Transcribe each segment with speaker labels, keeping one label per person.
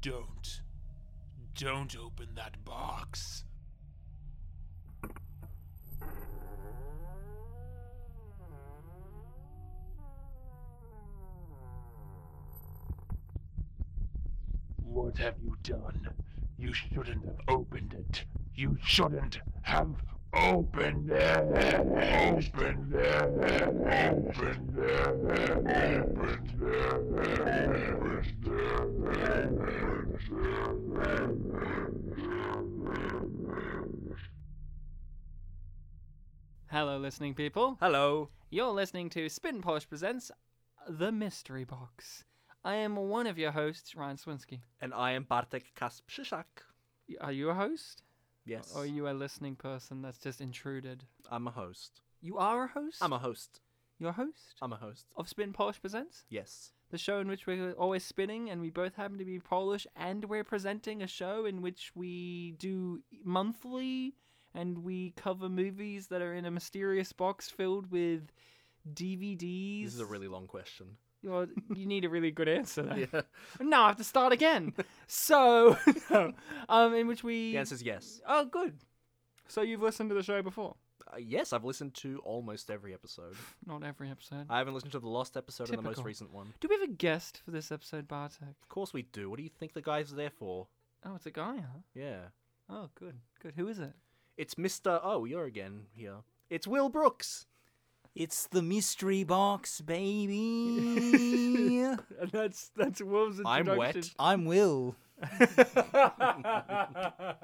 Speaker 1: Don't. Don't open that box. What have you done? You shouldn't have opened it. You shouldn't have opened it. Opened it. Opened it. Opened it. Opened
Speaker 2: Hello, listening people.
Speaker 3: Hello.
Speaker 2: You're listening to Spin Polish Presents The Mystery Box. I am one of your hosts, Ryan Swinsky.
Speaker 3: And I am Bartek Kasprzyszak.
Speaker 2: Are you a host?
Speaker 3: Yes.
Speaker 2: Or are you a listening person that's just intruded?
Speaker 3: I'm a host.
Speaker 2: You are a host?
Speaker 3: I'm a host.
Speaker 2: You're a host?
Speaker 3: I'm a host.
Speaker 2: of Spin Polish Presents?
Speaker 3: Yes.
Speaker 2: The show in which we're always spinning and we both happen to be Polish and we're presenting a show in which we do monthly and we cover movies that are in a mysterious box filled with DVDs.
Speaker 3: This is a really long question.
Speaker 2: Well, you need a really good answer there.
Speaker 3: Yeah.
Speaker 2: No, I have to start again. So, no. um, in which we.
Speaker 3: The answer is yes.
Speaker 2: Oh, good. So you've listened to the show before?
Speaker 3: Uh, yes, I've listened to almost every episode.
Speaker 2: Not every episode.
Speaker 3: I haven't listened to the last episode and the most
Speaker 2: Typical.
Speaker 3: recent one.
Speaker 2: Uh, Do we have a guest for this episode, Bartek?
Speaker 3: Of course we do. What do you think the guy's there for?
Speaker 2: Oh, it's a guy, huh?
Speaker 3: Yeah.
Speaker 2: Oh, good, good. Who is it?
Speaker 3: It's Mr. Oh, you're again here. It's Will Brooks.
Speaker 4: It's the mystery box, baby.
Speaker 2: And that's that's Wolves
Speaker 3: I'm wet.
Speaker 4: I'm Will.
Speaker 2: well,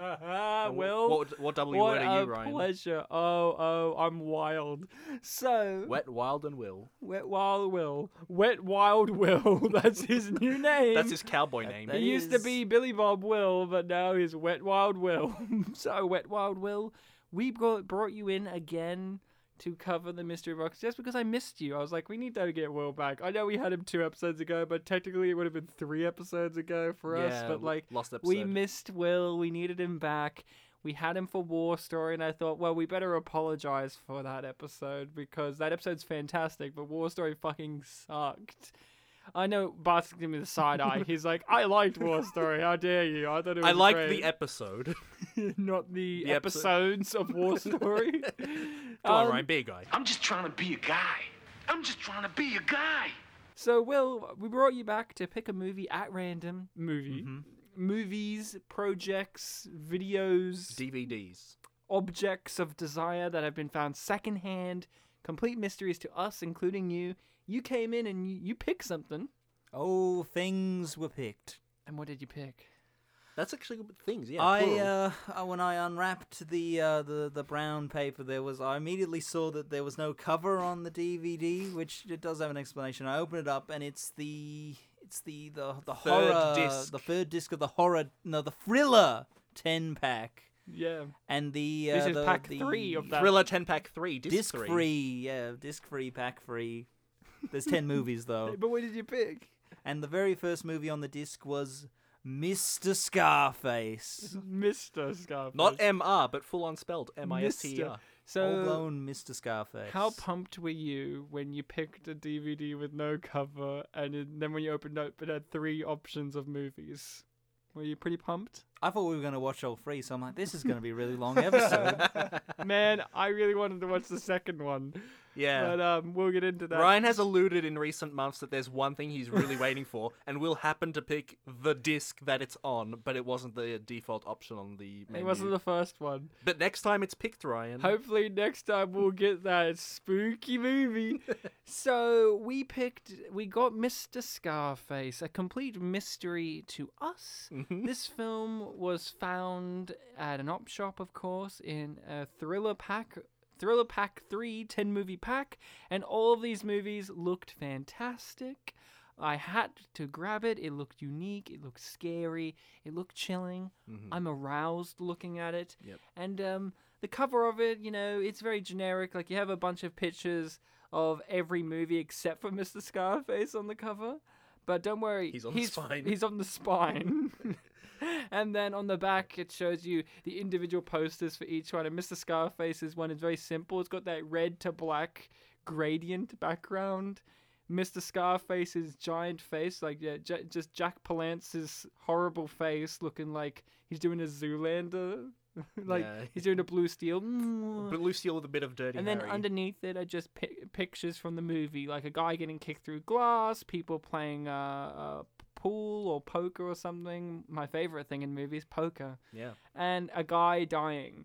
Speaker 3: what, Uh, what W
Speaker 2: what
Speaker 3: word are
Speaker 2: a
Speaker 3: you, Ryan?
Speaker 2: pleasure. Oh, oh, I'm wild. So
Speaker 3: Wet, wild, and Will.
Speaker 2: Wet Wild Will. Wet Wild Will. That's his new name.
Speaker 3: That's his cowboy name.
Speaker 4: that-
Speaker 2: He used to
Speaker 4: is-
Speaker 2: be Billy Bob Will, but now he's Wet Wild Will. so, Wet Wild Will, we brought, brought you in again to cover the mystery box just because I missed you. I was like, we need to get Will back. I know we had him two episodes ago, but technically it would have been three episodes ago for us.
Speaker 3: Yeah,
Speaker 2: But,
Speaker 3: l-
Speaker 2: like,
Speaker 3: last
Speaker 2: we
Speaker 3: episode.
Speaker 2: missed Will. We needed him back. We had him for War Story, and I thought, well, we better apologize for that episode because that episode's fantastic, but War Story fucking sucked. I know Bart's giving me the side eye. He's like, I liked War Story. How dare you? I thought it was
Speaker 3: I liked
Speaker 2: great.
Speaker 3: the episode.
Speaker 2: not the,
Speaker 3: the episode.
Speaker 2: episodes of War Story. Um, Come
Speaker 3: Come on, Ryan, be a guy.
Speaker 5: I'm just trying to be a guy. I'm just trying to be a guy.
Speaker 2: So, Will, we brought you back to pick a movie at random. Movie.
Speaker 3: Mm-hmm.
Speaker 2: Movies, projects, videos,
Speaker 3: DVDs.
Speaker 2: objects of desire that have been found secondhand, complete mysteries to us, including you. You came in and you, you picked something.
Speaker 4: Oh, things were picked.
Speaker 2: And what did you pick?
Speaker 3: That's actually good things. Yeah.
Speaker 4: I
Speaker 3: plural.
Speaker 4: uh, uh, when I unwrapped the uh, the the brown paper, there was I immediately saw that there was no cover on the DVD, which it does have an explanation. I opened it up and it's the it's the the the
Speaker 3: Third
Speaker 4: horror
Speaker 3: disc.
Speaker 4: the third disc of the horror no the thriller ten pack
Speaker 2: Yeah.
Speaker 4: and the uh,
Speaker 2: This is
Speaker 4: the-
Speaker 2: pack
Speaker 4: the-
Speaker 2: three of that.
Speaker 3: Thriller 10 pack 3, disc,
Speaker 4: disc
Speaker 3: 3.
Speaker 4: free yeah disc free pack free. There's ten movies though.
Speaker 2: But what did you pick?
Speaker 4: and the very first movie on the disc was Mr. Scarface.
Speaker 2: Mr. Scarface.
Speaker 3: Not MR, but full on spelled M I S T E
Speaker 2: Mr.
Speaker 3: R.
Speaker 4: Full
Speaker 2: So,
Speaker 4: blown Mr. Scarface.
Speaker 2: how pumped were you when you picked a DVD with no cover and it- then when you opened up it had three options of movies? Were you pretty pumped?
Speaker 4: I thought we were going to watch all three, so I'm like, this is going to be a really long episode.
Speaker 2: Man, I really wanted to watch the second one. But
Speaker 3: Yeah.
Speaker 2: um, we'll get into that.
Speaker 3: Ryan has alluded in recent months that there's one thing he's really waiting for, and will happen to pick the disc that it's on, but it wasn't the default option on the menu.
Speaker 2: It wasn't the first one.
Speaker 3: But next time it's picked, Ryan.
Speaker 2: Hopefully next time we'll get that spooky movie. so we picked, we got Mr. Scarface, a complete mystery to us. This film was found at an op shop, of course, in a thriller pack. Thriller Pack 3, 10 movie pack, and all of these movies looked fantastic. I had to grab it. It looked unique. It looked scary. It looked chilling.
Speaker 3: Mm-hmm.
Speaker 2: I'm aroused looking at it. And um, the cover of it, you know, it's very generic. Like you have a bunch of pictures of every movie except for Mr. Scarface on the cover. But don't worry,
Speaker 3: He's on the spine.
Speaker 2: He's on the spine. and then on the back, it shows you the individual posters for each one. And Mr. Scarface's one is very simple. It's got that red to black gradient background Mr. Scarface's giant face, like yeah, J- just Jack Palance's horrible face, looking like he's doing a Zoolander, like
Speaker 3: Yeah.
Speaker 2: he's doing a Blue Steel. mm.
Speaker 3: But Lucille with a bit of dirty.
Speaker 2: And then
Speaker 3: Harry.
Speaker 2: underneath it are just pi- pictures from the movie, like a guy getting kicked through glass, people playing uh, uh, pool or poker or something. My favorite thing in movies, poker,
Speaker 3: yeah.
Speaker 2: and a guy dying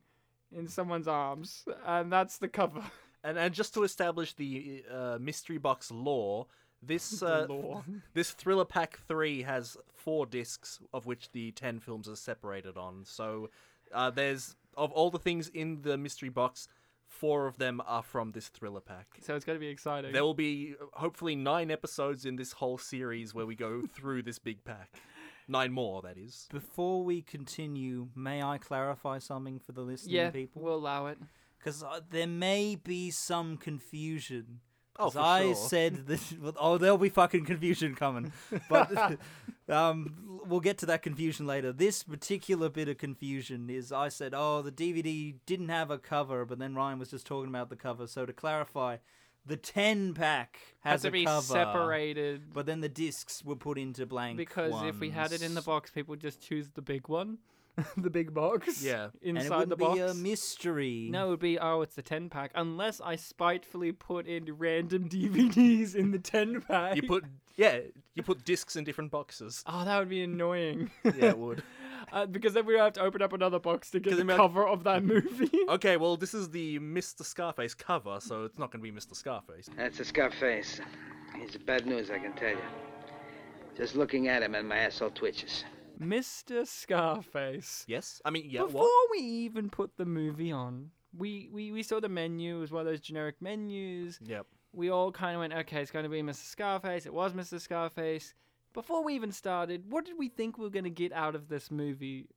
Speaker 2: in someone's arms, and that's the cover.
Speaker 3: and and just to establish the uh, mystery box lore, this uh,
Speaker 2: lore.
Speaker 3: this thriller pack three has four discs, of which the ten films are separated on. So uh, there's of all the things in the mystery box, four of them are from this thriller pack.
Speaker 2: so it's gonna be exciting.
Speaker 3: There will be uh, hopefully nine episodes in this whole series where we go through this big pack. Nine more, that is.
Speaker 4: Before we continue, may I clarify something for the listening
Speaker 2: yeah,
Speaker 4: people?
Speaker 2: we'll allow it.
Speaker 4: because uh, there may be some confusion.
Speaker 3: Oh,
Speaker 4: 'Cause
Speaker 3: for
Speaker 4: I
Speaker 3: sure.
Speaker 4: said this. well, Oh, there'll be fucking confusion coming, but um, we'll get to that confusion later. This particular bit of confusion is I said, oh, the DVD didn't have a cover, but then Ryan was just talking about the cover. So to clarify, the ten pack has
Speaker 2: Has to
Speaker 4: a
Speaker 2: be
Speaker 4: cover,
Speaker 2: separated
Speaker 4: but then the discs were put into blank
Speaker 2: because if we had it in the
Speaker 4: ones.
Speaker 2: box, people would just choose the big one, the big box.
Speaker 3: Yeah. And
Speaker 4: and it
Speaker 2: inside
Speaker 4: wouldn't
Speaker 2: the box.
Speaker 4: be uh, a mystery.
Speaker 2: No, it would be oh, it's a ten pack. Unless I spitefully put in random DVDs in the ten pack.
Speaker 3: You put yeah, you put discs in different boxes.
Speaker 2: oh, that would be annoying.
Speaker 3: Yeah, it would.
Speaker 2: uh, because then we would have to open up another box to get
Speaker 3: 'Cause
Speaker 2: the
Speaker 3: imag-
Speaker 2: cover of that movie.
Speaker 3: Okay, well, this is the Mr. Scarface cover, so it's not going to be Mr. Scarface.
Speaker 6: That's a Scarface. He's bad news, I can tell you. Just looking at him and my asshole twitches.
Speaker 2: Mr. Scarface.
Speaker 3: Yes? I mean, yeah,
Speaker 2: Before
Speaker 3: what?
Speaker 2: we even put the movie on, we, we, we saw the menu. It was one of those generic menus.
Speaker 3: Yep.
Speaker 2: we all kind of went, okay, it's going to be Mr. Scarface. It was Mr. Scarface. Before we even started, what did we think we were going to get out of this movie?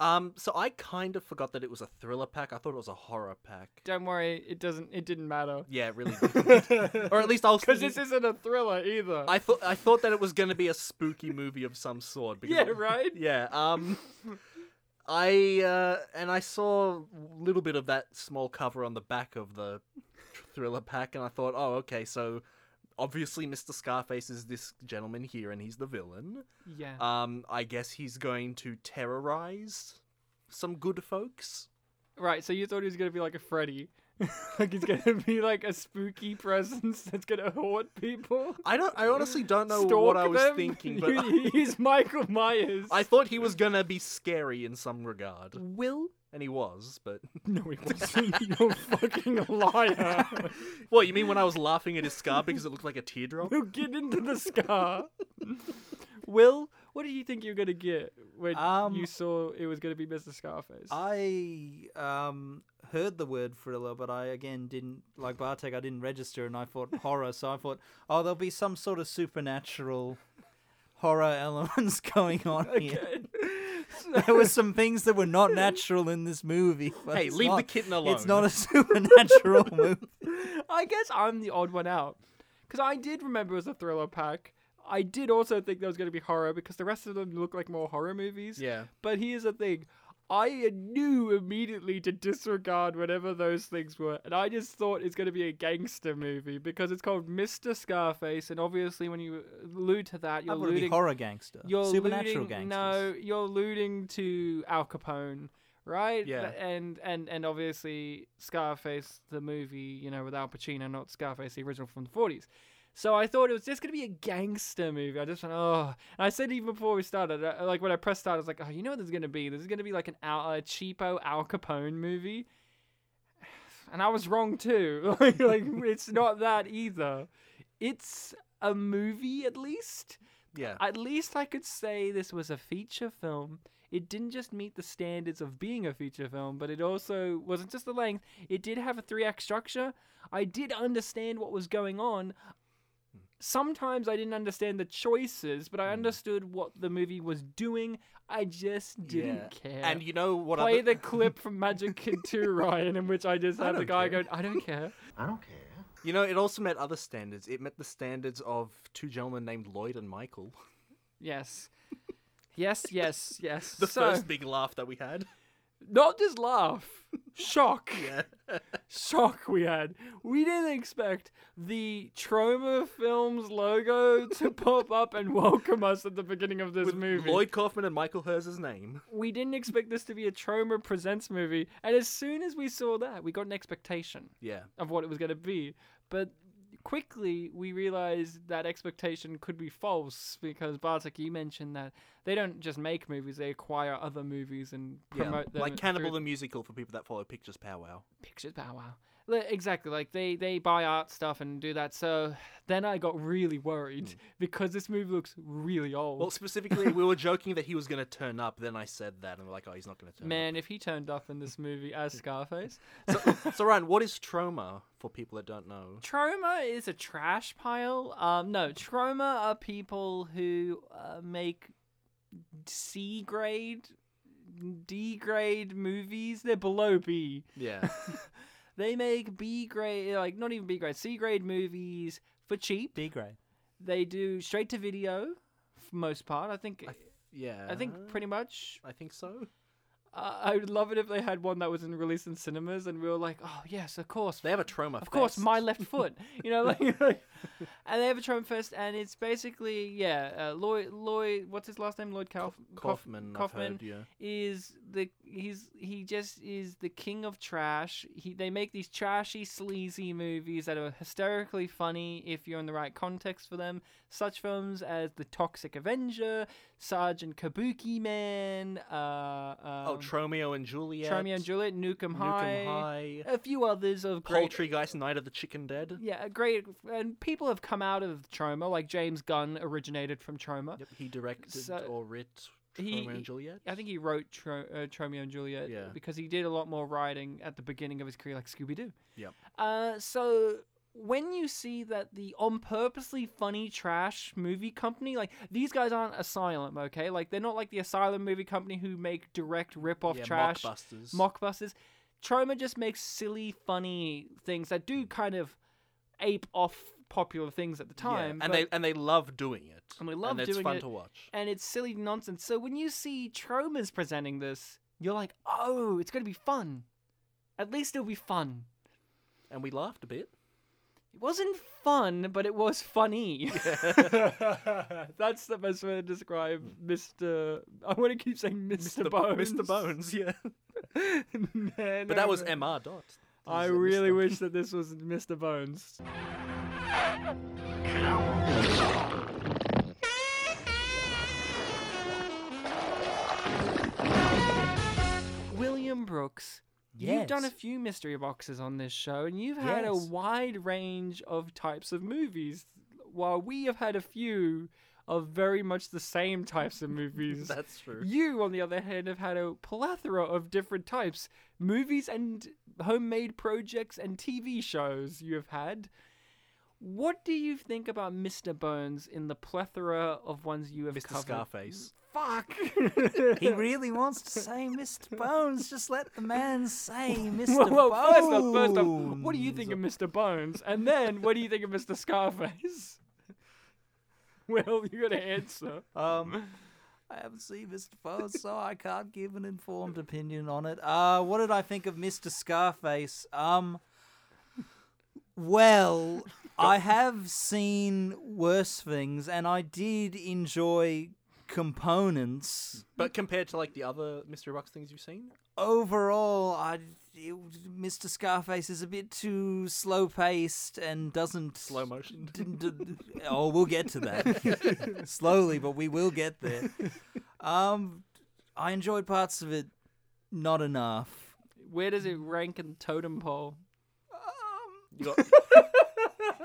Speaker 3: Um, so I kind of forgot that it was a thriller pack. I thought it was a horror pack.
Speaker 2: Don't worry, it doesn't. It didn't matter
Speaker 3: Yeah, it really. did. or at least I was
Speaker 2: because
Speaker 3: thinking-
Speaker 2: this isn't a thriller either.
Speaker 3: I thought I thought that it was going to be a spooky movie of some sort. Because
Speaker 2: yeah, right.
Speaker 3: Yeah. Um, I uh, and I saw a little bit of that small cover on the back of the tr- thriller pack, and I thought, oh, okay, so obviously Mr. Scarface is this gentleman here, and he's the villain.
Speaker 2: Yeah.
Speaker 3: Um, I guess he's going to terrorize some good folks.
Speaker 2: right. So you thought he was going to be like a Freddy, like he's going to be like a spooky presence that's going to haunt people.
Speaker 3: I don't. I honestly don't know
Speaker 2: stalk
Speaker 3: what I was
Speaker 2: them.
Speaker 3: thinking, but I,
Speaker 2: He- he's Michael Myers.
Speaker 3: I thought he was gonna be scary in some regard,
Speaker 2: will.
Speaker 3: and he was. But
Speaker 2: No, he wasn't. You're a fucking liar.
Speaker 3: what you mean when I was laughing at his scar because it looked like a teardrop?
Speaker 2: We'll get into the scar. Will, what did you think you were gonna get when
Speaker 4: Um,
Speaker 2: you saw it was gonna be Mr. Scarface?
Speaker 4: I um heard the word thriller, but I again didn't like Bartek. I didn't register, and I thought horror. So I thought, oh, there'll be some sort of supernatural horror elements going on here. there were some things that were not natural in this movie. but
Speaker 3: Hey,
Speaker 4: it's
Speaker 3: leave the
Speaker 4: not-
Speaker 3: kitten
Speaker 4: It's not
Speaker 3: alone.
Speaker 4: a supernatural movie.
Speaker 2: I guess I'm the odd one out because I did remember it was a thriller pack. I did also think there was gonna be horror because the rest of them look like more horror movies.
Speaker 3: Yeah.
Speaker 2: But here's the thing. I knew immediately to disregard whatever those things were, and I just thought it's going to be a gangster movie because it's called Mr. Scarface, and obviously when you allude to that, you're
Speaker 4: I would be
Speaker 2: alluding
Speaker 4: horror gangster.
Speaker 2: you're
Speaker 4: supernatural
Speaker 2: alluding,
Speaker 4: gangsters.
Speaker 2: No, you're alluding to Al Capone, right?
Speaker 3: Yeah.
Speaker 2: Th- And and and obviously Scarface, the movie, you know, with Al Pacino, not Scarface, the original from the forties. So I thought it was just gonna be a gangster movie. I just went, oh. And I said even before we started, uh, like when I pressed start, I was like, oh, you know what this is gonna be? This is gonna be like an Al, a cheapo Al Capone movie. And I was wrong too. like, like it's not that either. It's a movie at least
Speaker 3: Yeah.
Speaker 2: at least I could say this was a feature film. It didn't just meet the standards of being a feature film, but it also wasn't just the length. It did have a three act structure. I did understand what was going on. Sometimes I didn't understand the choices, but
Speaker 3: Hmm.
Speaker 2: I understood what the movie was doing. I just didn't care.
Speaker 3: And you know what?
Speaker 2: Play
Speaker 3: other-
Speaker 2: the clip from Magic Kid 2, Ryan, in which I just had the guy going, I don't care.
Speaker 3: You know, it also met other standards. It met the standards of two gentlemen named Lloyd and Michael.
Speaker 2: Yes. Yes, yes, yes.
Speaker 3: The
Speaker 2: so,
Speaker 3: first big laugh that we had.
Speaker 2: Not just laugh. shock. shock we had. We didn't expect the Troma Films logo to pop up and welcome us at the beginning of this
Speaker 3: With
Speaker 2: movie.
Speaker 3: Lloyd Kaufman and Michael Herz's name.
Speaker 2: we didn't expect this to be a Troma Presents movie, and as soon as we saw that, we got an expectation
Speaker 3: Yeah.
Speaker 2: of what it was going to be. But quickly, we realized that expectation could be false because Bartek, you mentioned that they don't just make movies; they acquire other movies and
Speaker 3: Yeah.
Speaker 2: promote them.
Speaker 3: Like
Speaker 2: through
Speaker 3: Cannibal the Musical for people that follow Pictures Powwow.
Speaker 2: Pictures Bow Wow. Li- Exactly, like they they buy art stuff and do that. So then I got really worried because this movie looks really old.
Speaker 3: Well, specifically, we were joking that he was going to turn up. Then I said that, and we're like, oh, he's not going to turn
Speaker 2: Man, if he turned up in this movie as Scarface,
Speaker 3: up. So, Ryan, what is trauma for people that don't know?
Speaker 2: Troma is a trash pile. Um, no, Troma are people who uh, make C grade, D grade movies. They're below B.
Speaker 3: Yeah.
Speaker 2: They make B grade, like not even B grade, C grade movies for cheap.
Speaker 4: B grade.
Speaker 2: They do straight to video, for most part. I think. I,
Speaker 3: Yeah.
Speaker 2: think pretty much.
Speaker 3: I think so.
Speaker 2: Uh, I would love it if they had one that was in released in cinemas, and we were like, "Oh yes, of course,
Speaker 3: They have a trauma.
Speaker 2: of course, my left foot. You know, like, like- and they have a Trump fest, and it's basically yeah, uh, Lloyd Lloyd, what's his last name? Lloyd Kauf- Kauf-
Speaker 3: Kaufman. Kaufman.
Speaker 2: Kaufman is the he's he just is the king of trash. He they make these trashy, sleazy movies that are hysterically funny if you're in the right context for them. Such films as The Toxic Avenger, Sergeant Kabuki Man, uh,
Speaker 3: oh,
Speaker 2: um,
Speaker 3: Tromeo and Juliet.
Speaker 2: Romeo and Juliet, Nukem High,
Speaker 3: Nukem High.
Speaker 2: a few others of great
Speaker 3: Poultrygeist, Night of the Chicken Dead.
Speaker 2: yeah, a great. And people have come out of Troma, like James Gunn originated from Troma.
Speaker 3: Yep, he directed
Speaker 2: So-
Speaker 3: or writ
Speaker 2: he-
Speaker 3: Romeo and Juliet.
Speaker 2: I think he wrote Tro- uh, Tromeo and Juliet
Speaker 3: Yeah.
Speaker 2: because he did a lot more writing at the beginning of his career, like Scooby Doo.
Speaker 3: Yep.
Speaker 2: Uh, so when you see that the on purposely funny trash movie company, like these guys aren't Asylum, okay? Like they're not like the Asylum movie company who make direct rip off
Speaker 3: yeah,
Speaker 2: trash
Speaker 3: Mockbusters.
Speaker 2: mockbusters. Troma just makes silly, funny things that do kind of ape off popular things at the
Speaker 3: Yeah,
Speaker 2: time.
Speaker 3: and
Speaker 2: but-
Speaker 3: they and they love doing it.
Speaker 2: And we love
Speaker 3: it's
Speaker 2: doing
Speaker 3: fun
Speaker 2: it.
Speaker 3: to watch.
Speaker 2: and it's silly nonsense. So when you see Troma's presenting this, you're like, oh, it's gonna be fun. At least it'll be fun.
Speaker 3: And we laughed a bit.
Speaker 2: It wasn't fun, but it was funny. That's the best way to describe Mr. I want to keep saying Mr. Bones.
Speaker 3: Mr. Bones, yeah.
Speaker 2: Man,
Speaker 3: But that
Speaker 2: oh
Speaker 3: was
Speaker 2: man.
Speaker 3: MR Dot.
Speaker 2: I
Speaker 3: This is, uh,
Speaker 2: really
Speaker 3: Mr..
Speaker 2: wish that this was Mr. Bones. William Brooks, you've done a
Speaker 4: Yes.
Speaker 2: few mystery boxes on this show, and you've had a
Speaker 4: Yes.
Speaker 2: wide range of types of movies, while we have had a few of very much the same types of movies.
Speaker 3: That's true.
Speaker 2: You, on the other hand, have had a plethora of different types movies and homemade projects and TV shows you have had. What do you think about Mr. Bones in the plethora of ones you have
Speaker 3: Mr.
Speaker 2: covered?
Speaker 3: Scarface.
Speaker 2: Fuck!
Speaker 4: He really wants to say Mr. Bones. Just let the man say Mr.
Speaker 2: Well, well,
Speaker 4: Bones.
Speaker 2: first off, first off, what do you think of Mr. Bones? And then, what do you think of Mr. Scarface? Well, you got to answer.
Speaker 4: Um, I haven't seen Mr. Bones, so I can't give an informed opinion on it. Uh, what did I think of Mr. Scarface? Um, well, I have seen worse things, and I did enjoy components.
Speaker 3: But compared to like the other mystery box things you've seen,
Speaker 4: overall, I it, Mr. Scarface is a bit too slow paced and doesn't
Speaker 3: slow motion.
Speaker 4: d- d- d- oh, we'll get to that slowly, but we will get there. Um, I enjoyed parts of it, not enough.
Speaker 2: Where does it rank in the totem pole?
Speaker 3: You got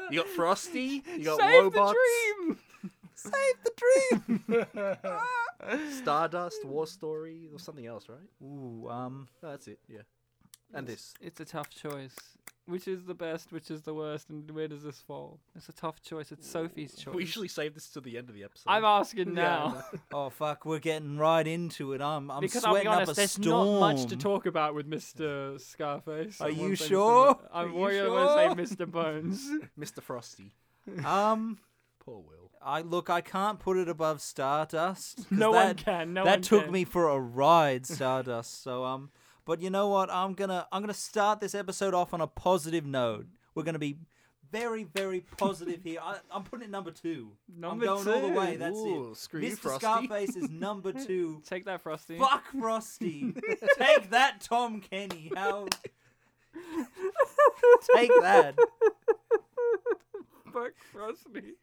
Speaker 3: You got Frosty, you got
Speaker 2: Save
Speaker 3: Robots,
Speaker 2: the dream!
Speaker 4: Save the dream.
Speaker 3: Stardust, War Story, or something else, right?
Speaker 4: Ooh, um,
Speaker 3: No, that's it, yeah. And this.
Speaker 2: It's a tough choice. Which is the best? Which is the worst? And where does this fall? It's a tough choice. It's Sophie's choice.
Speaker 3: We usually save this to the end of the episode.
Speaker 2: I'm asking now
Speaker 4: oh fuck, we're getting right into it. I'm, I'm
Speaker 2: because I'll be
Speaker 4: sweating
Speaker 2: honest,
Speaker 4: up a
Speaker 2: there's
Speaker 4: storm.
Speaker 2: not much to talk about with Mr. Scarface.
Speaker 4: Are
Speaker 2: I
Speaker 4: you
Speaker 2: won't say Mr.
Speaker 4: sure?
Speaker 2: Bo-
Speaker 4: Are
Speaker 2: I'm
Speaker 4: you
Speaker 2: worried I'm going to say Mr. Bones.
Speaker 3: Mr. Frosty.
Speaker 4: Um.
Speaker 3: Poor Will.
Speaker 4: I look, I can't put it above Stardust. 'cause
Speaker 2: No one
Speaker 4: that-
Speaker 2: can, no
Speaker 4: that
Speaker 2: one
Speaker 4: took
Speaker 2: can.
Speaker 4: me for a ride, Stardust. So um, But you know what? I'm gonna I'm gonna start this episode off on a positive note. We're gonna be very very positive here. I, I'm putting it number two.
Speaker 2: Number
Speaker 4: I'm going all the way.
Speaker 2: two.
Speaker 4: That's
Speaker 3: Ooh,
Speaker 4: it.
Speaker 3: screw
Speaker 4: Mr.
Speaker 3: you, Frosty.
Speaker 4: Scarface is number two.
Speaker 2: Take that, Frosty.
Speaker 4: Fuck Frosty. Take that, Tom Kenny. How? Take that.
Speaker 2: Fuck Frosty.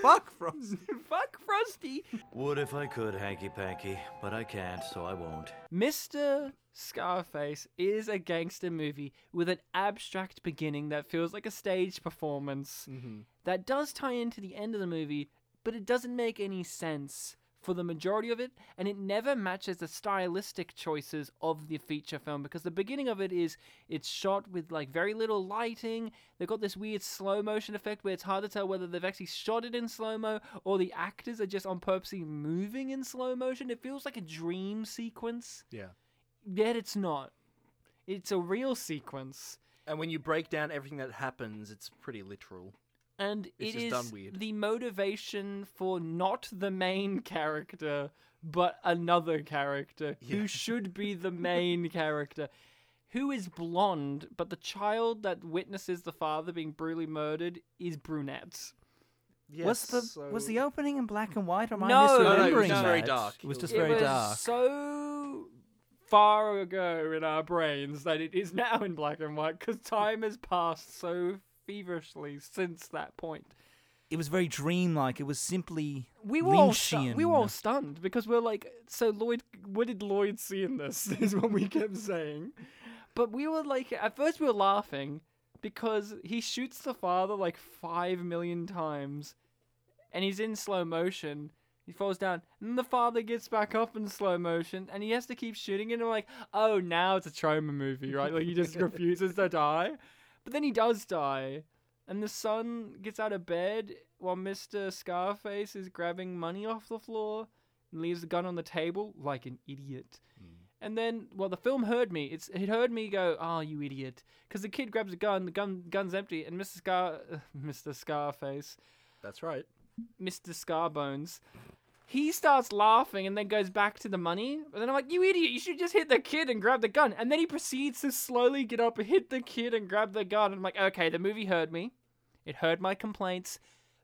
Speaker 4: Fuck Frosty.
Speaker 2: Fuck Frosty.
Speaker 7: Would if I could, hanky panky, but I can't, so I won't.
Speaker 2: Mr. Scarface is a gangster movie with an abstract beginning that feels like a stage performance that does tie into the end of the movie, but it doesn't make any sense for the majority of it, and it never matches the stylistic choices of the feature film because the beginning of it is it's shot with like very little lighting. They've got this weird slow motion effect where it's hard to tell whether they've actually shot it in slow mo or the actors are just on purpose moving in slow motion. It feels like a dream sequence
Speaker 3: Yeah.
Speaker 2: yet it's not. It's a real sequence,
Speaker 3: And when you break down everything that happens, it's pretty literal.
Speaker 2: and
Speaker 3: It's
Speaker 2: it
Speaker 3: just
Speaker 2: is
Speaker 3: done weird.
Speaker 2: the motivation for not the main character, but another character
Speaker 3: Yeah.
Speaker 2: who should be the main character, who is blonde, but the child that witnesses the father being brutally murdered is brunette.
Speaker 3: Yes,
Speaker 4: was the was the opening in black and white? Or am I
Speaker 2: No,
Speaker 3: no, no, it
Speaker 4: misremembering
Speaker 3: was just very
Speaker 4: that?
Speaker 3: dark.
Speaker 4: It was just
Speaker 2: it
Speaker 4: very
Speaker 2: was
Speaker 4: dark.
Speaker 2: so far ago in our brains that it is now in black and white because time has passed so feverishly since that point.
Speaker 4: It was very dreamlike. It was simply
Speaker 2: we were all stu-
Speaker 4: Lynchian.
Speaker 2: we were all stunned because we're like, so Lloyd, what did Lloyd see in this? Is what we kept saying, but we were like, at first we were laughing because he shoots the father like five million times, and he's in slow motion. He falls down, and the father gets back up in slow motion, and he has to keep shooting. And we're like, oh, now it's a trauma movie, right? Like he just refuses to die, but then he does die. And the son gets out of bed while Mr. Scarface is grabbing money off the floor and leaves the gun on the table like an idiot. And then, well, the film heard me. It's it heard me go, "Ah, you idiot!" Because the kid grabs a gun, the gun gun's empty, and Mr. Scar, Mr. Scarface,
Speaker 3: That's right.
Speaker 2: Mr. Scarbones, he starts laughing and then goes back to the money. And then I'm like, you idiot, you should just hit the kid and grab the gun. And then he proceeds to slowly get up, hit the kid, and grab the gun. I'm like, okay, the movie heard me. It heard my complaints.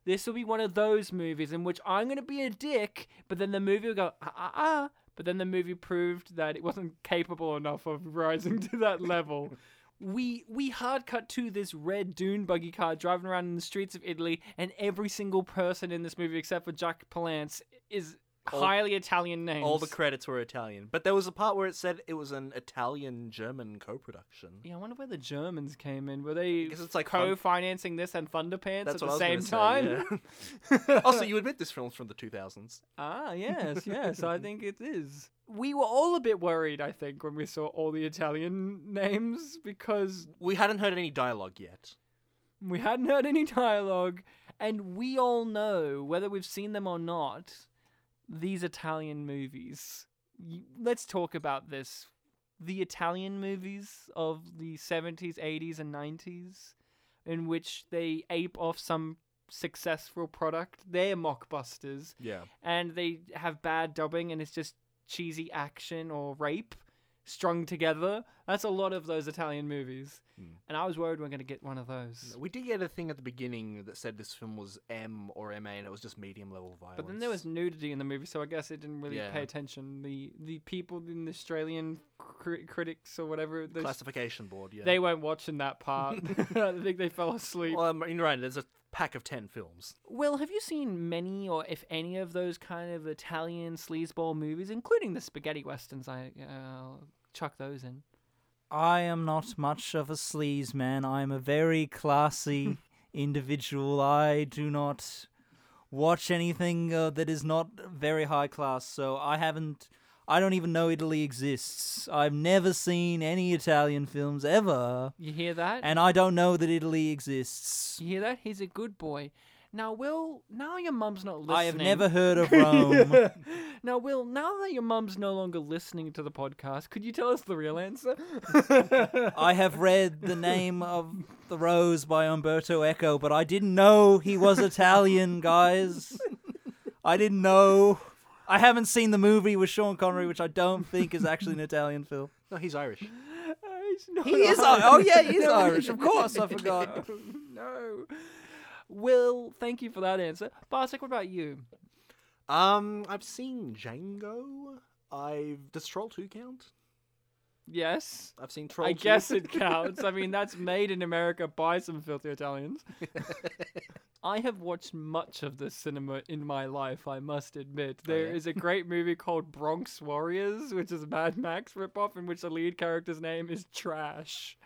Speaker 2: This will be one of those movies in which I'm going to be a dick, but then the movie will go, ah, ah, ah. But then the movie proved that it wasn't capable enough of rising to that level. we we hard cut to this red dune buggy car driving around in the streets of Italy, and every single person in this movie, except for Jack Palance, is
Speaker 3: All-
Speaker 2: highly Italian names.
Speaker 3: All the credits were Italian, but there was a part where it said it was an Italian-German co-production.
Speaker 2: yeah, I wonder where the Germans came in. Were they
Speaker 3: guess it's like fun-
Speaker 2: co-financing this and Thunderpants
Speaker 3: That's
Speaker 2: at the
Speaker 3: what
Speaker 2: same
Speaker 3: I was gonna say,
Speaker 2: time?
Speaker 3: also, you admit this film's from the 2000s.
Speaker 2: Ah, yes, yes, I think it is. We were all a bit worried, I think, when we saw all the Italian names because
Speaker 3: We hadn't heard any dialogue yet.
Speaker 2: We hadn't heard any dialogue, and we all know, whether we've seen them or not, these Italian movies. Y- Let's talk about this. The Italian movies of the 70s, 80s, and 90s, in which they ape off some successful product. They're mockbusters,
Speaker 3: Yeah.
Speaker 2: and they have bad dubbing, and it's just cheesy action or rape strung together. That's a lot of those Italian movies.
Speaker 3: Hmm.
Speaker 2: And I was worried we are going to get one of those.
Speaker 3: We did get a thing at the beginning that said this film was M or MA, and it was just medium-level violence.
Speaker 2: But then there was nudity in the movie, so I guess it didn't really
Speaker 3: Yeah.
Speaker 2: pay attention. The the people in the Australian cri- critics or whatever, those,
Speaker 3: classification board. Yeah.
Speaker 2: they weren't watching that part. I think they fell asleep.
Speaker 3: Well, I mean, right. There's a pack of ten films.
Speaker 2: Well, have you seen many or if any of those kind of Italian sleazeball movies, including the spaghetti westerns? I uh, chuck those in.
Speaker 4: I am not much of a sleaze man. I am a very classy individual. I do not watch anything uh, that is not very high class. So I haven't. I don't even know Italy exists. I've never seen any Italian films ever,
Speaker 2: You hear that?
Speaker 4: and I don't know that Italy exists.
Speaker 2: you hear that? He's a good boy. Now, Will, now your mum's not listening.
Speaker 4: I have never heard of Rome.
Speaker 2: Now, Will, now that your mum's no longer listening to the podcast, could you tell us the real answer? Uh,
Speaker 4: I have read The Name of the Rose by Umberto Eco, but I didn't know he was Italian, guys. I didn't know. I haven't seen the movie with Sean Connery, which I don't think is actually an Italian film.
Speaker 3: No, he's Irish.
Speaker 2: He's not
Speaker 4: He is Irish. Oh, yeah, he is Irish. Of course, I forgot.
Speaker 2: no. Will, thank you for that answer. Bartek, what about you?
Speaker 3: Um, I've seen Django. I've does Troll Two count?
Speaker 2: Yes.
Speaker 3: I've seen Troll.
Speaker 2: I
Speaker 3: 2.
Speaker 2: guess it counts. I mean, that's made in America by some filthy Italians. I have watched much of this cinema in my life, I must admit. There is
Speaker 3: Oh, yeah?
Speaker 2: a great movie called Bronx Warriors, which is a Mad Max ripoff, in which the lead character's name is Trash.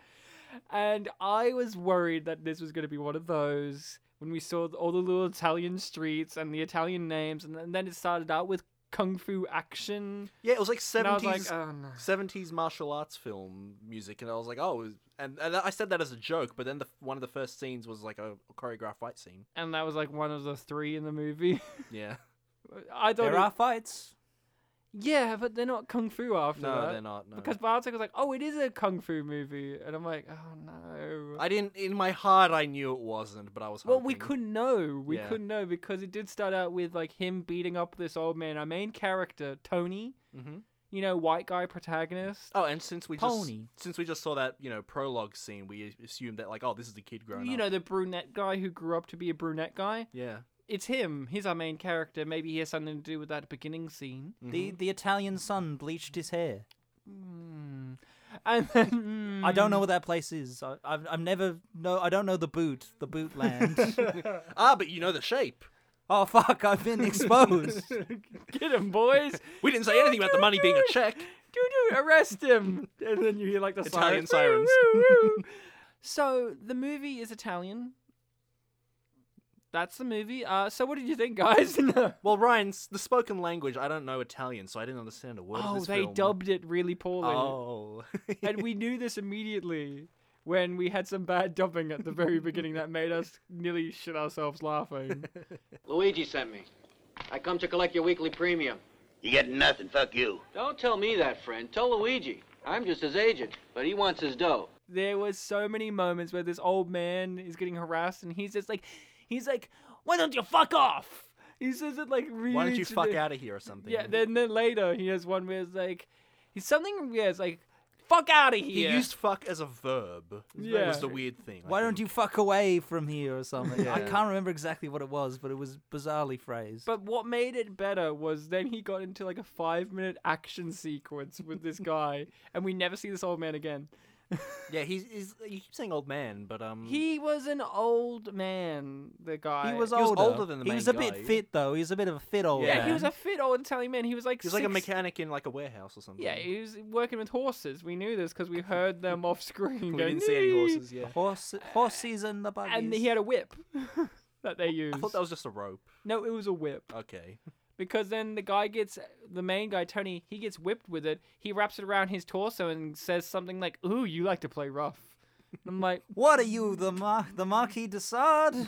Speaker 2: And I was worried that this was going to be one of those when we saw all the little Italian streets and the Italian names, and then- and then it started out with kung fu action.
Speaker 3: Yeah, it was like
Speaker 2: And I was
Speaker 3: seventies.
Speaker 2: like, oh no.
Speaker 3: 70s martial arts film music and i was like oh is- and, and i said that as a joke but then the one of the first scenes was like a choreographed fight scene
Speaker 2: And that was like one of the three in the movie.
Speaker 3: yeah
Speaker 2: I thought
Speaker 4: There
Speaker 2: it-
Speaker 4: are fights.
Speaker 2: Yeah, but they're not kung fu after
Speaker 3: no
Speaker 2: that.
Speaker 3: they're not no.
Speaker 2: Because Bartek was like, "Oh, it is a kung fu movie," and I'm like, "Oh no."
Speaker 3: i didn't in my heart i knew it wasn't but i was
Speaker 2: well, we
Speaker 3: hoping.
Speaker 2: couldn't know. We
Speaker 3: Yeah.
Speaker 2: couldn't know because it did start out with like him beating up this old man. Our main character, Tony,
Speaker 3: Mhm.
Speaker 2: you know, white guy protagonist.
Speaker 3: oh and since we
Speaker 4: Pony.
Speaker 3: just since we just saw that you know prologue scene we assumed that like oh this is the kid growing
Speaker 2: you
Speaker 3: up
Speaker 2: know, the brunette guy who grew up to be a brunette guy.
Speaker 3: yeah
Speaker 2: It's him. He's our main character. Maybe he has something to do with that beginning scene.
Speaker 4: The the Italian son bleached his hair.
Speaker 2: Mm. And then
Speaker 4: I don't know what that place is. I, I've I've never no. I don't know the boot. The boot land.
Speaker 3: ah but you know the shape
Speaker 4: oh fuck! I've been exposed.
Speaker 2: Get him, boys.
Speaker 3: we didn't say anything about the money being a check
Speaker 2: doo doo, arrest him! And then you hear like the
Speaker 3: Italian
Speaker 2: sirens.
Speaker 3: sirens.
Speaker 2: Woo, woo, woo. so the movie is Italian. That's the movie. Uh, so what did you think, guys? No.
Speaker 3: well ryan's the spoken language i don't know italian so i didn't understand a word of
Speaker 2: Oh,
Speaker 3: this
Speaker 2: they
Speaker 3: film.
Speaker 2: dubbed it really poorly,
Speaker 3: oh
Speaker 2: and we knew this immediately when we had some bad dubbing at the very beginning that made us nearly shit ourselves laughing.
Speaker 8: Luigi sent me. I come to collect your weekly premium.
Speaker 5: You get nothing. Fuck you.
Speaker 8: Don't tell me that, friend. Tell Luigi. I'm just his agent, but he wants his dough.
Speaker 2: there was so many moments where this old man is getting harassed and he's just like he's like why don't you fuck off he says it like really
Speaker 3: why don't you
Speaker 2: to
Speaker 3: fuck
Speaker 2: the-
Speaker 3: out of here or something
Speaker 2: yeah then then later he has one where it's like he's something yeah it's like fuck out of
Speaker 3: He
Speaker 2: here
Speaker 3: used fuck as a verb. Yeah.
Speaker 2: Yeah.
Speaker 3: Was the weird thing. I
Speaker 4: Why don't you
Speaker 3: think.
Speaker 4: fuck away from here or something? I
Speaker 3: Yeah.
Speaker 4: can't remember exactly what it was, but it was bizarrely phrased.
Speaker 2: but what made it better was then he got into like a five minute action sequence with this guy and we never see this old man again
Speaker 3: Yeah, he's, he's you keep saying old man, but um
Speaker 2: he was an old man the guy
Speaker 4: he was
Speaker 3: he was
Speaker 4: older.
Speaker 3: older than the
Speaker 4: He
Speaker 3: main
Speaker 4: was a bit
Speaker 3: guy.
Speaker 4: fit though. He was a bit of a fit old.
Speaker 2: yeah, he
Speaker 4: man.
Speaker 2: was a fit old Italian man. He was like
Speaker 3: he's like a
Speaker 2: six-
Speaker 3: mechanic in like a warehouse or something.
Speaker 2: Yeah, he was working with horses. We knew this because we heard them off screen.
Speaker 3: we
Speaker 2: going,
Speaker 3: didn't see any
Speaker 2: "Nee!"
Speaker 3: horses. Yeah,
Speaker 4: horse. Horses and the buggies.
Speaker 2: And he had a whip that they used.
Speaker 3: I thought that was just a rope.
Speaker 2: No, it was a whip.
Speaker 3: Okay,
Speaker 2: Because then the guy gets, the main guy, Tony, he gets whipped with it. He wraps it around his torso and says something like, Ooh, you like to play rough. And I'm like,
Speaker 4: What are you, the Mar- the Marquis de Sade?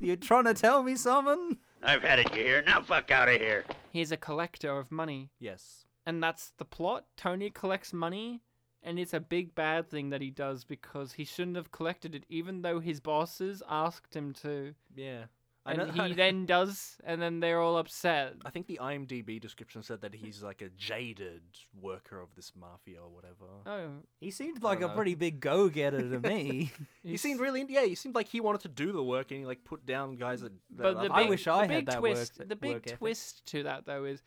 Speaker 4: You trying to tell me something?
Speaker 5: I've had it, you hear? Now fuck out of here.
Speaker 2: he's a collector of money.
Speaker 3: yes,
Speaker 2: and that's the plot. Tony collects money, and it's a big bad thing that he does because he shouldn't have collected it, even though his bosses asked him to.
Speaker 3: yeah. I
Speaker 2: And
Speaker 3: know-
Speaker 2: he then does, and then they're all upset.
Speaker 3: I think the IMDb description said that he's like a jaded worker of this mafia or whatever.
Speaker 2: Oh,
Speaker 4: He seemed like a
Speaker 3: know.
Speaker 4: pretty big go getter to me.
Speaker 3: he seemed really, yeah, he seemed like he wanted to do the work and he like put down guys that.
Speaker 2: But
Speaker 3: that
Speaker 2: the
Speaker 3: other-
Speaker 2: big,
Speaker 4: I wish
Speaker 2: the
Speaker 4: I
Speaker 2: big
Speaker 4: had that work-
Speaker 2: twist, the big
Speaker 4: work ethic.
Speaker 2: twist to that though is,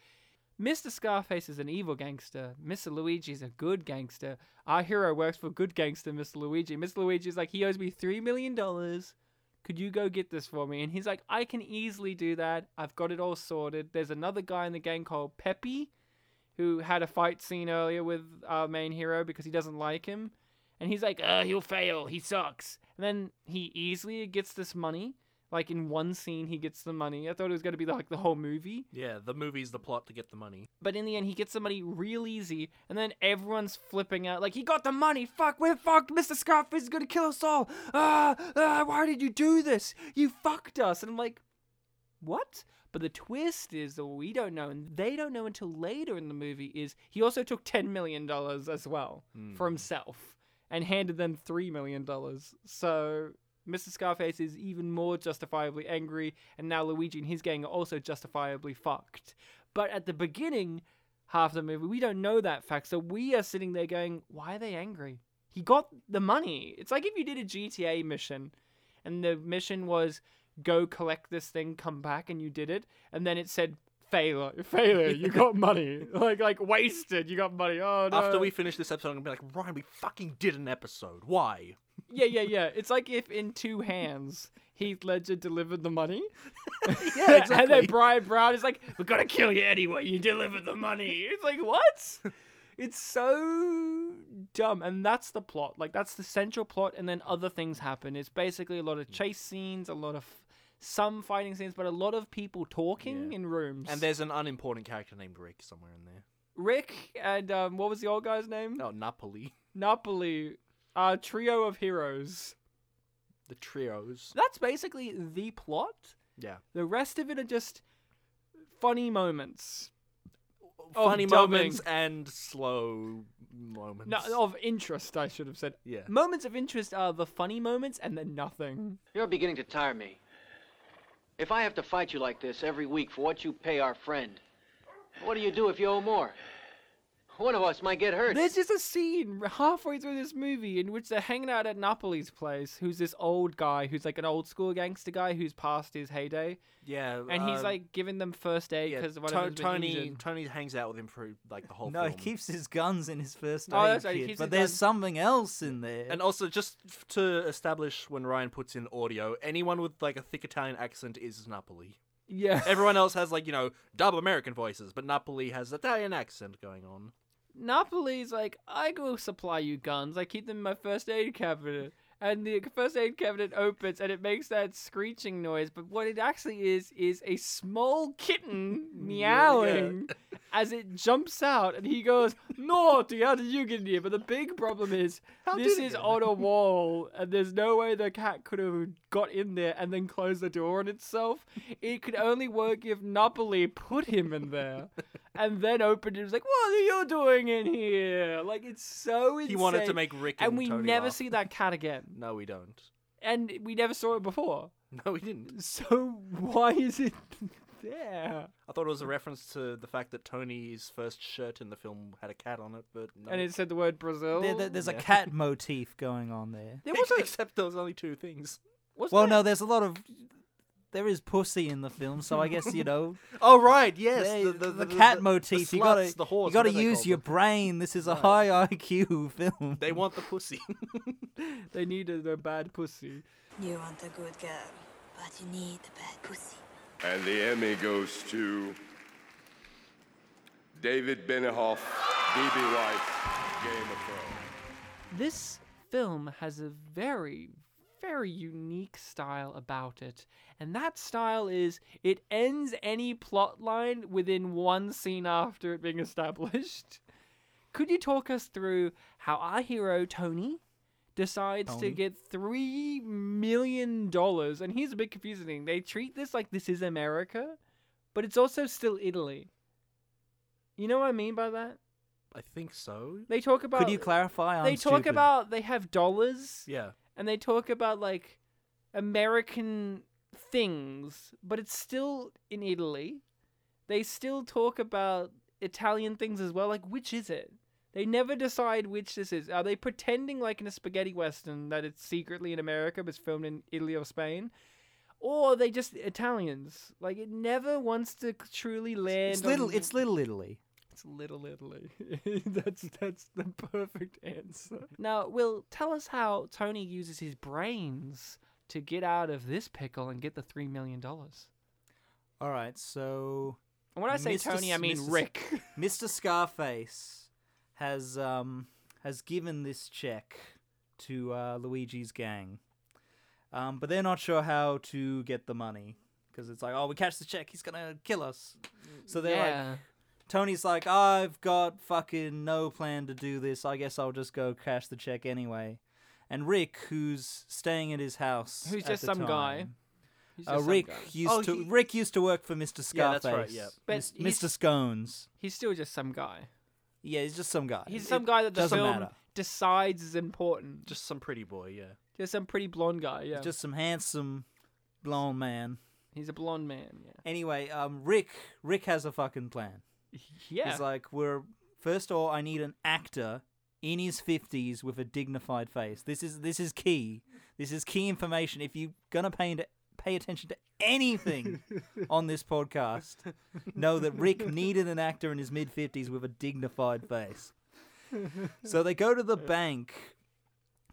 Speaker 2: Mr. Scarface is an evil gangster. Mr. Luigi's a good gangster. Our hero works for good gangster Mr. Luigi. Mr. Luigi's like he owes me three million dollars. Could you go get this for me? And he's like, I can easily do that. I've got it all sorted. There's another guy in the gang called Peppy, who had a fight scene earlier with our main hero because he doesn't like him. And he's like, uh, he'll fail. He sucks. And then he easily gets this money. Like in one scene, he gets the money. I thought it was going to be like the whole movie.
Speaker 3: yeah, the movie's the plot to get the money.
Speaker 2: But in the end, he gets the money real easy. And then everyone's flipping out. Like, he got the money. Fuck, we're fucked. Mr. Scarface is going to kill us all. Ah, ah, why did you do this? You fucked us. And I'm like, what? But the twist is that we don't know, and they don't know until later in the movie, is he also took $10 million as well for himself and handed them $3 million. So Mr. Scarface is even more justifiably angry, and now Luigi and his gang are also justifiably fucked. But at the beginning, half the movie, we don't know that fact. So we are sitting there going, why are they angry? He got the money. It's like if you did a GTA mission and the mission was go collect this thing, come back, and you did it, and then it said failure, failure, you got money. like like wasted, you got money. Oh no.
Speaker 3: After we finish this episode, I'm gonna be like, Ryan, we fucking did an episode. Why?
Speaker 2: Yeah, yeah, yeah. It's like if in two hands Heath Ledger delivered the money.
Speaker 3: Yeah,
Speaker 2: and then Brian Brown is like, "We're gonna kill you anyway. You delivered the money." It's like what? It's so dumb, and that's the plot. Like that's the central plot, and then other things happen. It's basically a lot of chase scenes, a lot of some fighting scenes, but a lot of people talking
Speaker 3: Yeah.
Speaker 2: in rooms.
Speaker 3: And there's an unimportant character named Rick somewhere in there.
Speaker 2: Rick and um, what was the old guy's name?
Speaker 3: No, Oh, Napoli.
Speaker 2: Napoli. Our trio of heroes.
Speaker 3: The trios.
Speaker 2: That's basically the plot.
Speaker 3: Yeah.
Speaker 2: The rest of it are just funny moments. Of
Speaker 3: Oh, Funny
Speaker 2: dubbing.
Speaker 3: moments and slow moments.
Speaker 2: No, of interest, I should have said.
Speaker 3: Yeah.
Speaker 2: Moments of interest are the funny moments and then
Speaker 3: Mm.
Speaker 2: nothing.
Speaker 8: You're beginning to tire me. If I have to fight you like this every week for what you pay our friend, what do you do if you owe more? One of us might get hurt.
Speaker 2: There's just a scene halfway through this movie in which they're hanging out at Napoli's place, who's this old guy who's like an old school gangster guy who's past his heyday.
Speaker 3: Yeah.
Speaker 2: And he's
Speaker 3: um,
Speaker 2: like giving them first aid
Speaker 3: yeah,
Speaker 2: because one
Speaker 3: To-
Speaker 2: of them's been
Speaker 3: Tony
Speaker 2: injured.
Speaker 3: Tony hangs out with him for like the whole
Speaker 4: No, he
Speaker 3: film.
Speaker 4: keeps his guns in his first aid
Speaker 2: Oh, that's right, he
Speaker 4: kit,
Speaker 2: keeps
Speaker 4: but
Speaker 2: his
Speaker 4: there's
Speaker 2: guns-
Speaker 4: something else in there.
Speaker 3: And also, just f- to establish when Ryan puts in audio, anyone with like a thick Italian accent is Napoli.
Speaker 2: Yeah.
Speaker 3: Everyone else has like you know dub American voices, but Napoli has Italian accent going on.
Speaker 2: Napoli's like, I go supply you guns. I keep them in my first aid cabinet. And the first aid cabinet opens and it makes that screeching noise. But what it actually is, is a small kitten meowing as it jumps out. And he goes, Naughty, how did you get in here? But the big problem is,
Speaker 3: How
Speaker 2: this
Speaker 3: did it
Speaker 2: is
Speaker 3: get in?
Speaker 2: on a wall. And there's no way the cat could have got in there and then closed the door on itself. It could only work if Napoli put him in there and then opened it. It was like, "What are you doing in here?" Like it's so insane.
Speaker 3: He wanted to make Rick and,
Speaker 2: and we
Speaker 3: Tony
Speaker 2: never
Speaker 3: laugh.
Speaker 2: see that cat again,
Speaker 3: No, we don't.
Speaker 2: and we never saw it before.
Speaker 3: No, we didn't.
Speaker 2: So why is it there?
Speaker 3: I thought it was a reference to the fact that Tony's first shirt in the film had a cat on it, but no.
Speaker 2: And it said the word Brazil.
Speaker 4: There- there- there's a
Speaker 3: yeah.
Speaker 4: cat motif going on there.
Speaker 2: there was a
Speaker 3: except there was only two things.
Speaker 2: was
Speaker 4: Well, no, there's a lot of. There is pussy in the film, so I guess you know
Speaker 3: Oh right, yes,
Speaker 4: they-
Speaker 3: the, the, the-
Speaker 4: cat
Speaker 3: the-
Speaker 4: motif.
Speaker 3: the
Speaker 4: you gotta,
Speaker 3: sluts, the horse,
Speaker 4: you gotta
Speaker 3: whatever they
Speaker 4: use
Speaker 3: called
Speaker 4: your
Speaker 3: them.
Speaker 4: brain. This is a high IQ film.
Speaker 3: They want the pussy.
Speaker 2: They needed a bad pussy.
Speaker 9: You want a good girl, but you need a bad pussy.
Speaker 10: And the Emmy goes to David Benioff, D.B. Weiss, Game of Thrones.
Speaker 2: This film has a very, very unique style about it. And that style is it ends any plot line within one scene after it being established. Could you talk us through how our hero, Tony, decides to get $3 million? And here's a bit confusing they treat this like this is America, but it's also still Italy. You know what I mean by that?
Speaker 3: I think so.
Speaker 2: They talk about
Speaker 4: Could you clarify? I'm
Speaker 2: they talk
Speaker 4: stupid.
Speaker 2: about they have dollars
Speaker 3: Yeah.
Speaker 2: and they talk about like American things, but it's still in Italy. They still talk about Italian things as well. Like, which is it? They never decide which this is. Are they pretending, like in a spaghetti western, that it's secretly in America but it's filmed in Italy or Spain? Or are they just Italians? Like, it never wants to truly land.
Speaker 4: It's little.
Speaker 2: on-
Speaker 4: It's little Italy.
Speaker 2: it's Little Italy. that's that's the perfect answer. Now, Will, tell us how Tony uses his brains to get out of this pickle and get the three million dollars.
Speaker 4: All right, so
Speaker 2: And when I say
Speaker 4: Mr.
Speaker 2: Tony, I
Speaker 4: S-
Speaker 2: mean
Speaker 4: Mr.
Speaker 2: Rick.
Speaker 4: Mr. Scarface has um has given this check to uh, Luigi's gang, um, but they're not sure how to get the money because it's like, oh, we catch the check, he's gonna kill us. So they're like, Tony's like, I've got fucking no plan to do this. I guess I'll just go cash the check anyway. And Rick, who's staying at his house,
Speaker 2: Who's
Speaker 4: at
Speaker 2: just
Speaker 4: the
Speaker 2: some guy.
Speaker 4: time,
Speaker 2: He's
Speaker 4: Uh,
Speaker 2: just some
Speaker 4: Rick
Speaker 2: guy.
Speaker 4: used
Speaker 3: Oh,
Speaker 4: to
Speaker 3: he-
Speaker 4: Rick used to work for Mr.
Speaker 3: Yeah,
Speaker 4: Scarface.
Speaker 3: that's right, yeah.
Speaker 2: But
Speaker 4: Mis-
Speaker 2: he's-
Speaker 4: Mr. Scones.
Speaker 2: He's still just some guy.
Speaker 4: Yeah, he's just some guy.
Speaker 2: He's
Speaker 4: Uh, It
Speaker 2: some guy that the
Speaker 4: doesn't
Speaker 2: film
Speaker 4: matter.
Speaker 2: decides is important. Just,
Speaker 3: Just some pretty boy, yeah.
Speaker 2: some pretty blonde guy. Yeah.
Speaker 4: Just some handsome blonde man.
Speaker 2: He's a blonde man. Yeah.
Speaker 4: Anyway, um, Rick Rick has a fucking plan.
Speaker 2: Yeah.
Speaker 4: He's like, we're first of all, I need an actor in his fifties with a dignified face. This is this is key. This is key information. If you're gonna pay to pay attention to anything on this podcast, know that Rick needed an actor in his mid fifties with a dignified face. So they go to the bank.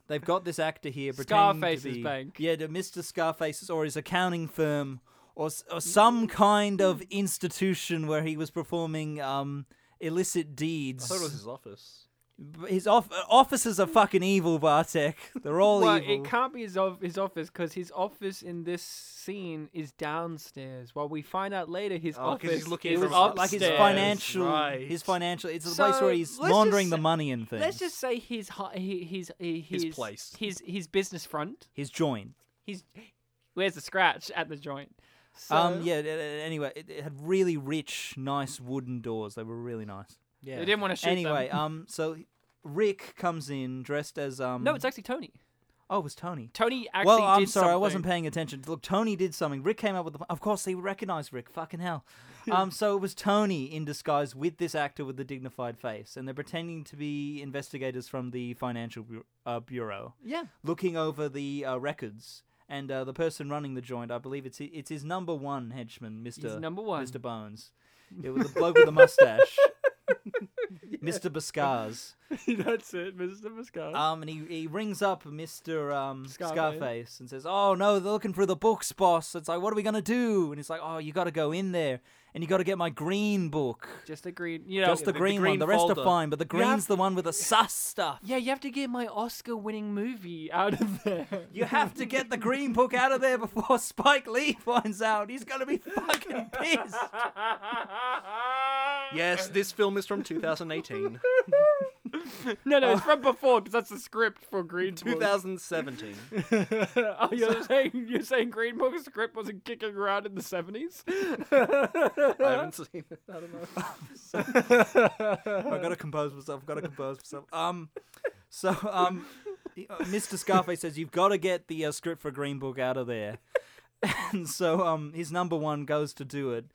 Speaker 4: They've got this actor here pretending to
Speaker 2: Scarface's
Speaker 4: be-
Speaker 2: bank.
Speaker 4: Yeah, to Mr. Scarface's or his accounting firm or, s- or some kind of institution where he was performing um, illicit deeds.
Speaker 3: I thought it was his office.
Speaker 4: B- his off- officers are fucking evil, Bartek. They're all
Speaker 2: well, it
Speaker 4: evil.
Speaker 2: can't be his, of- his office because his office in this scene is downstairs. While we find out later his
Speaker 3: Oh, 'cause
Speaker 2: office
Speaker 3: he's looking
Speaker 2: is
Speaker 3: from
Speaker 2: upstairs.
Speaker 3: up-
Speaker 4: like his
Speaker 3: Upstairs,
Speaker 4: financial,
Speaker 3: right.
Speaker 4: his financial. It's the
Speaker 2: So,
Speaker 4: place where he's
Speaker 2: let's
Speaker 4: laundering
Speaker 2: just
Speaker 4: the
Speaker 2: say-
Speaker 4: money and things.
Speaker 2: Let's just say his hi- he- his he- his
Speaker 3: His place.
Speaker 2: his his business front.
Speaker 4: his joint.
Speaker 2: He's where's the scratch at the joint. So,
Speaker 4: Um, yeah. a- a- Anyway, it, it had really rich, nice wooden doors. They were really nice.
Speaker 3: Yeah.
Speaker 2: They didn't want to shoot
Speaker 4: anyway,
Speaker 2: them.
Speaker 4: um, so Rick comes in dressed as um.
Speaker 2: no, it's actually Tony.
Speaker 4: oh, it was Tony.
Speaker 2: Tony actually.
Speaker 4: well, I'm
Speaker 2: did
Speaker 4: sorry, I wasn't
Speaker 2: something.
Speaker 4: paying attention. Look, Tony did something. Rick came up with the. Of course, they recognized Rick. Fucking hell. Um, so it was Tony in disguise with this actor with the dignified face, and they're pretending to be investigators from the financial bu- uh, bureau,
Speaker 2: Yeah.
Speaker 4: looking over the uh, records. And uh, the person running the joint, I believe it's hi- it's his number one henchman, Mister
Speaker 2: number one.
Speaker 4: Mister Bones. It was the bloke with the mustache, Mister Biscars.
Speaker 2: That's it, Mr. Muscat.
Speaker 4: Um, and he, he rings up Mr. Um,
Speaker 2: Scarface.
Speaker 4: Scarface. and says, Oh, no, they're looking through the books, boss. It's like, What are we going to do? And he's like, Oh, you got to go in there and you got to get my green book.
Speaker 2: just agreed. You know,
Speaker 4: Just the,
Speaker 3: the
Speaker 4: green,
Speaker 3: green
Speaker 4: one. The rest
Speaker 3: folder.
Speaker 4: are fine, but the green's
Speaker 2: have-
Speaker 4: the one with the sus stuff.
Speaker 2: yeah, you have to get my Oscar-winning movie out of there.
Speaker 4: You have to get the green book out of there before Spike Lee finds out. He's going to be fucking pissed.
Speaker 3: Yes, this film is from 2018.
Speaker 2: no, no, it's from before because that's the script for Green Book.
Speaker 3: 2017.
Speaker 2: oh, you're saying you're saying Green Book script wasn't kicking around in the seventies?
Speaker 3: I haven't seen it. I don't know.
Speaker 4: I've got to compose myself. I've got to compose myself. Um, so um, he- uh, Mr. Scarface says you've got to get the uh, script for Green Book out of there, and so um, his number one goes to do it,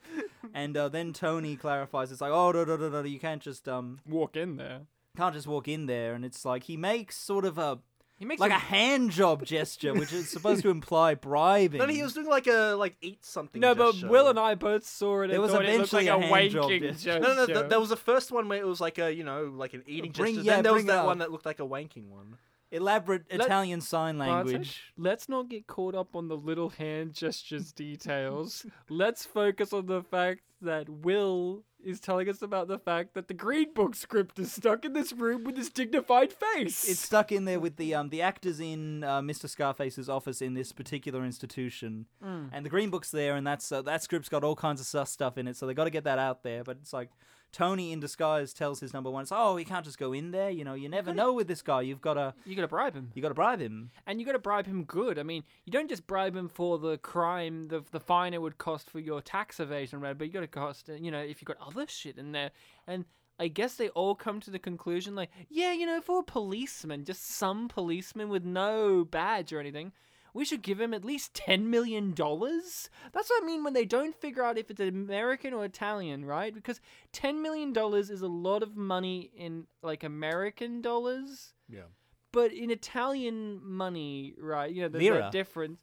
Speaker 4: and uh, then Tony clarifies it's like oh no no no no you can't just um
Speaker 2: Walk in there.
Speaker 4: can't just walk in there, and it's like he makes sort of a
Speaker 2: He makes
Speaker 4: like a
Speaker 2: a
Speaker 4: hand job gesture, which is supposed to imply bribing.
Speaker 3: No, he was doing like a like eat something.
Speaker 2: no, but
Speaker 3: gesture.
Speaker 2: Will and I both saw it.
Speaker 4: There
Speaker 2: and
Speaker 4: was
Speaker 2: thought it looked
Speaker 4: eventually
Speaker 2: like
Speaker 4: a
Speaker 2: a,
Speaker 4: hand job
Speaker 2: wanking gesture.
Speaker 4: gesture.
Speaker 3: No, no, no. Th- there was the first one where it was like a, you know, like an eating
Speaker 4: Bring-
Speaker 3: gesture.
Speaker 4: yeah,
Speaker 3: then there was
Speaker 4: bring it
Speaker 3: that
Speaker 4: up.
Speaker 3: one that looked like a wanking one.
Speaker 4: elaborate Italian sign
Speaker 2: Bartek,
Speaker 4: language.
Speaker 2: Let's not get caught up on the little hand gestures details. Let's focus on the fact that Will is telling us about the fact that the Green Book script is stuck in this room with this dignified face.
Speaker 4: it's stuck in there with the um the actors in uh, Mr. Scarface's office in this particular institution, and the Green Book's there, and that's uh, that script's got all kinds of sus stuff in it, so they got to get that out there. But it's like Tony in disguise tells his number one, it's, "Oh, you can't just go in there. You know, you never know with this guy. You've got to
Speaker 2: you gotta bribe him,
Speaker 4: you got to bribe him."
Speaker 2: and you gotta bribe him good. I mean, you don't just bribe him for the crime, the the fine it would cost for your tax evasion, right? But you gotta cost, you know, if you got other shit in there, and. I guess they all come to the conclusion, like, yeah, you know, for a policeman, just some policeman with no badge or anything, we should give him at least ten million dollars. That's what I mean when they don't figure out if it's American or Italian, right? Because ten million dollars is a lot of money in like American dollars.
Speaker 3: Yeah.
Speaker 2: But in Italian money, right? You know, there's
Speaker 4: Lira.
Speaker 2: that difference.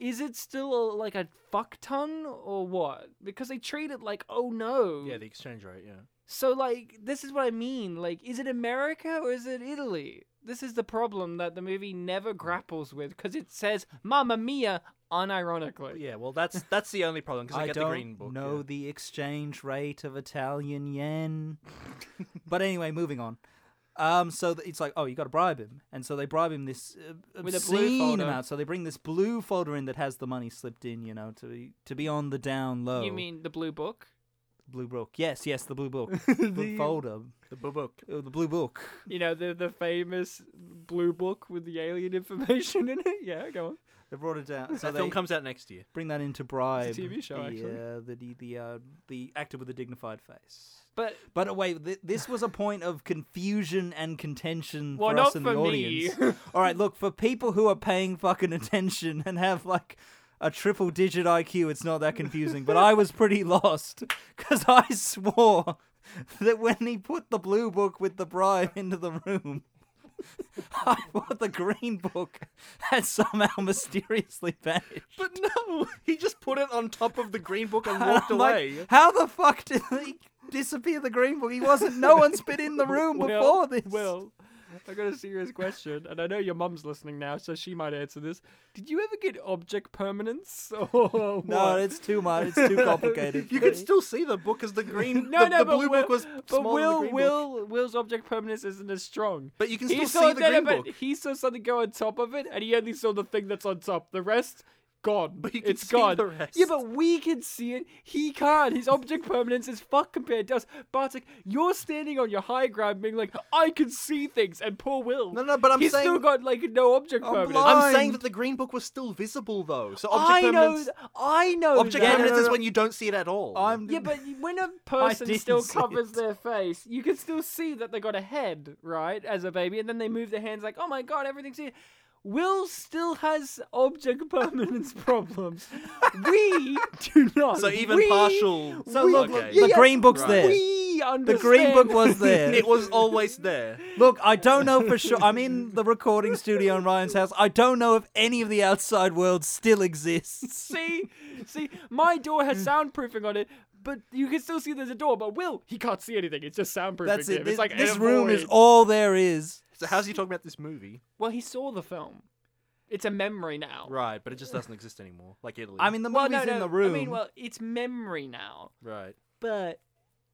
Speaker 2: Is it still a, like a fuck ton or what? Because they treat it like, oh no.
Speaker 3: Yeah, the exchange rate. Yeah.
Speaker 2: So like this is what I mean. Like, is it America or is it Italy? This is the problem that the movie never grapples with because it says "Mamma Mia" unironically.
Speaker 3: Yeah. Well, that's that's the only problem because I,
Speaker 4: I
Speaker 3: get
Speaker 4: don't
Speaker 3: the green book.
Speaker 4: know
Speaker 3: yeah.
Speaker 4: the exchange rate of Italian yen, but anyway, moving on. Um, so th- it's like, oh, you got to bribe him, and so they bribe him this uh,
Speaker 2: With a blue
Speaker 4: obscene
Speaker 2: folder.
Speaker 4: amount. So they bring this blue folder in that has the money slipped in, you know, to be, to be on the down low.
Speaker 2: You mean the Blue Book?
Speaker 4: blue book? Yes, yes, the blue book, blue folder,
Speaker 3: the blue book.
Speaker 4: Uh, the blue book.
Speaker 2: You know the the famous Blue Book with the alien information in it. Yeah, go on.
Speaker 4: They brought it down. So
Speaker 3: That
Speaker 4: they
Speaker 3: film comes out next year.
Speaker 4: bring that into bribe.
Speaker 2: TV show,
Speaker 4: the,
Speaker 2: actually.
Speaker 4: Uh, the the the, uh, the actor with the dignified face.
Speaker 2: But
Speaker 4: But uh, wait, th- this was a point of confusion and contention
Speaker 2: Well,
Speaker 4: for
Speaker 2: not
Speaker 4: us in
Speaker 2: for
Speaker 4: the
Speaker 2: me.
Speaker 4: audience. All right, look for people who are paying fucking attention and have like a triple digit IQ, it's not that confusing. but I was pretty lost because I swore that when he put the blue book with the bribe into the room, I thought the green book had somehow mysteriously vanished.
Speaker 3: But no, he just put it on top of the green book and
Speaker 4: And
Speaker 3: walked
Speaker 4: I'm like,
Speaker 3: away.
Speaker 4: How the fuck did he disappear the green book? He wasn't. No one's been in the room before
Speaker 2: Well,
Speaker 4: this.
Speaker 2: Well, I got a serious question, and I know your mum's listening now, so she might answer this. Did you ever get object permanence? Or
Speaker 4: no,
Speaker 2: what?
Speaker 4: it's too much. It's too complicated.
Speaker 3: you could still see the book as the green.
Speaker 2: No,
Speaker 3: the,
Speaker 2: no,
Speaker 3: the
Speaker 2: but
Speaker 3: blue
Speaker 2: Will,
Speaker 3: book was
Speaker 2: but
Speaker 3: smaller than the
Speaker 2: Will,
Speaker 3: green book.
Speaker 2: Will, Will's object permanence isn't as strong.
Speaker 3: But you can
Speaker 2: he
Speaker 3: still
Speaker 2: saw
Speaker 3: see the
Speaker 2: no, no,
Speaker 3: green
Speaker 2: but
Speaker 3: book.
Speaker 2: He saw something go on top of it, and he only saw the thing that's on top. The rest, gone.
Speaker 3: But you can
Speaker 2: it's
Speaker 3: see
Speaker 2: gone.
Speaker 3: the rest.
Speaker 2: Yeah, but we can see it. He can't. His object permanence is fuck compared to us. Bartek, you're standing on your high ground, being like, I can see things, and poor Will.
Speaker 3: No, no, but I'm
Speaker 2: he's still
Speaker 3: saying-
Speaker 2: got like no object
Speaker 4: I'm
Speaker 2: permanence.
Speaker 4: blind.
Speaker 3: I'm saying that the green book was still visible though. So object
Speaker 2: I know.
Speaker 3: permanence.
Speaker 2: th- I know.
Speaker 3: Object
Speaker 2: that.
Speaker 3: permanence is when you don't see it at all.
Speaker 4: I'm.
Speaker 2: Yeah, but y- when a person
Speaker 4: didn't
Speaker 2: still
Speaker 4: see
Speaker 2: covers
Speaker 4: it.
Speaker 2: their face, you can still see that they got a head, right, as a baby, and then they move their hands like, oh my god, everything's here. Will still has object permanence problems. we do not.
Speaker 3: so even
Speaker 2: we,
Speaker 3: partial.
Speaker 4: So look,
Speaker 3: okay.
Speaker 4: the green book's
Speaker 3: Right.
Speaker 4: there.
Speaker 2: We
Speaker 4: the
Speaker 2: understand.
Speaker 4: green book was there.
Speaker 3: it was always there.
Speaker 4: Look, I don't know for sure. I'm in the recording studio in Ryan's house. I don't know if any of the outside world still exists.
Speaker 2: see, see, my door has soundproofing on it, but you can still see there's a door. But Will, he can't see anything. It's just soundproofing.
Speaker 4: That's
Speaker 2: to him.
Speaker 4: it. This,
Speaker 2: it's like
Speaker 4: this
Speaker 2: a
Speaker 4: room is
Speaker 2: void.
Speaker 4: all there is.
Speaker 3: So how's he talking about this movie?
Speaker 2: Well, he saw the film. It's a memory now.
Speaker 3: Right, but it just doesn't exist anymore, like Italy.
Speaker 4: I mean, the
Speaker 2: well,
Speaker 4: movie's
Speaker 2: no, no.
Speaker 4: in the room.
Speaker 2: I mean, well, it's memory now,
Speaker 3: right.
Speaker 2: but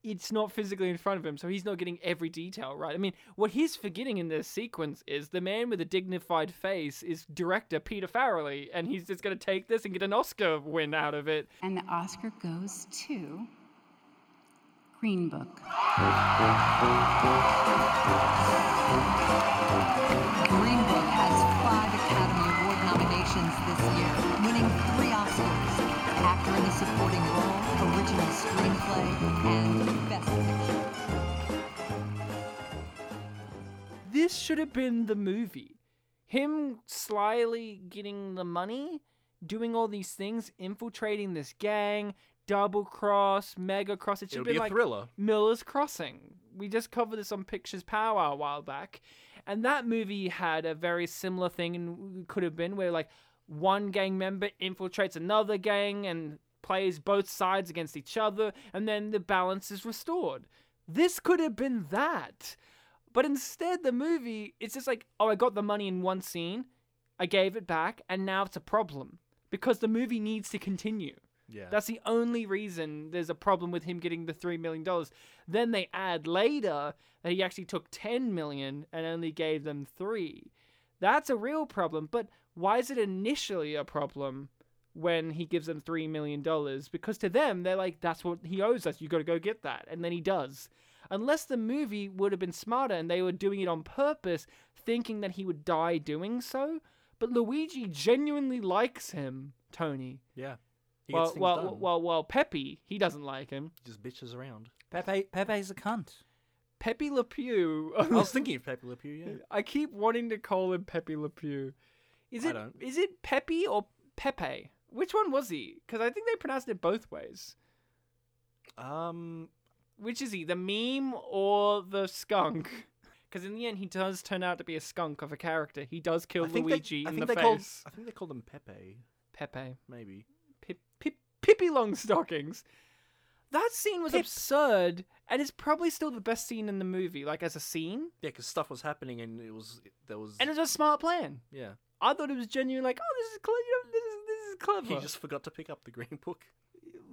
Speaker 2: it's not physically in front of him, so he's not getting every detail right. I mean, what he's forgetting in this sequence is the man with a dignified face is director Peter Farrelly, and he's just going to take this and get an Oscar win out of it.
Speaker 11: And the Oscar goes to Green Book. Green Book has five Academy Award nominations this year, winning three Oscars Actor in a Supporting Role, Original Screenplay, and Best Picture.
Speaker 2: This should have been the movie. Him slyly getting the money, doing all these things, infiltrating this gang, double cross, mega cross. It should have
Speaker 3: It'll
Speaker 2: been
Speaker 3: be a
Speaker 2: like
Speaker 3: thriller.
Speaker 2: Miller's Crossing. We just covered this on Pictures Power a while back. And that movie had a very similar thing and could have been where like one gang member infiltrates another gang and plays both sides against each other and then the balance is restored. This could have been that. But instead the movie it's just like, oh I got the money in one scene, I gave it back, and now it's a problem. Because the movie needs to continue.
Speaker 3: Yeah.
Speaker 2: That's the only reason there's a problem with him getting the three million dollars. Then they add later that he actually took ten million and only gave them three. That's a real problem. But why is it initially a problem when he gives them three million dollars? Because to them they're like, that's what he owes us. You got to go get that, and then he does. Unless the movie would have been smarter and they were doing it on purpose, thinking that he would die doing so. But Luigi genuinely likes him, Tony.
Speaker 3: yeah. He gets
Speaker 2: Well,
Speaker 3: things
Speaker 2: well,
Speaker 3: done.
Speaker 2: well, well, Pepe, he doesn't like him.
Speaker 3: He just bitches around.
Speaker 4: Pepe, Pepe's a cunt.
Speaker 2: Pepe Le Pew.
Speaker 3: I was thinking of Pepe Le Pew. Yeah.
Speaker 2: I keep wanting to call him Pepe Le Pew. Is
Speaker 3: I
Speaker 2: it
Speaker 3: don't.
Speaker 2: is it Pepe or Pepe? Which one was he? Because I think they pronounced it both ways.
Speaker 3: Um,
Speaker 2: Which is he, the meme or the skunk? Because in the end, he does turn out to be a skunk of a character. He does kill
Speaker 3: I think they-
Speaker 2: Luigi
Speaker 3: I
Speaker 2: in
Speaker 3: think
Speaker 2: the
Speaker 3: they called-
Speaker 2: face.
Speaker 3: I think they called him Pepe,
Speaker 2: Pepe.
Speaker 3: maybe.
Speaker 2: Pip, Pip, Pippi Longstockings. That scene was absurd, and it's probably still the best scene in the movie, like as a scene.
Speaker 3: Yeah, because stuff was happening and it was there was
Speaker 2: And it was a smart plan.
Speaker 3: yeah.
Speaker 2: I thought it was genuine, like, oh, this is clever. You know, this is this is
Speaker 3: He
Speaker 2: clever.
Speaker 3: just forgot to pick up the green book.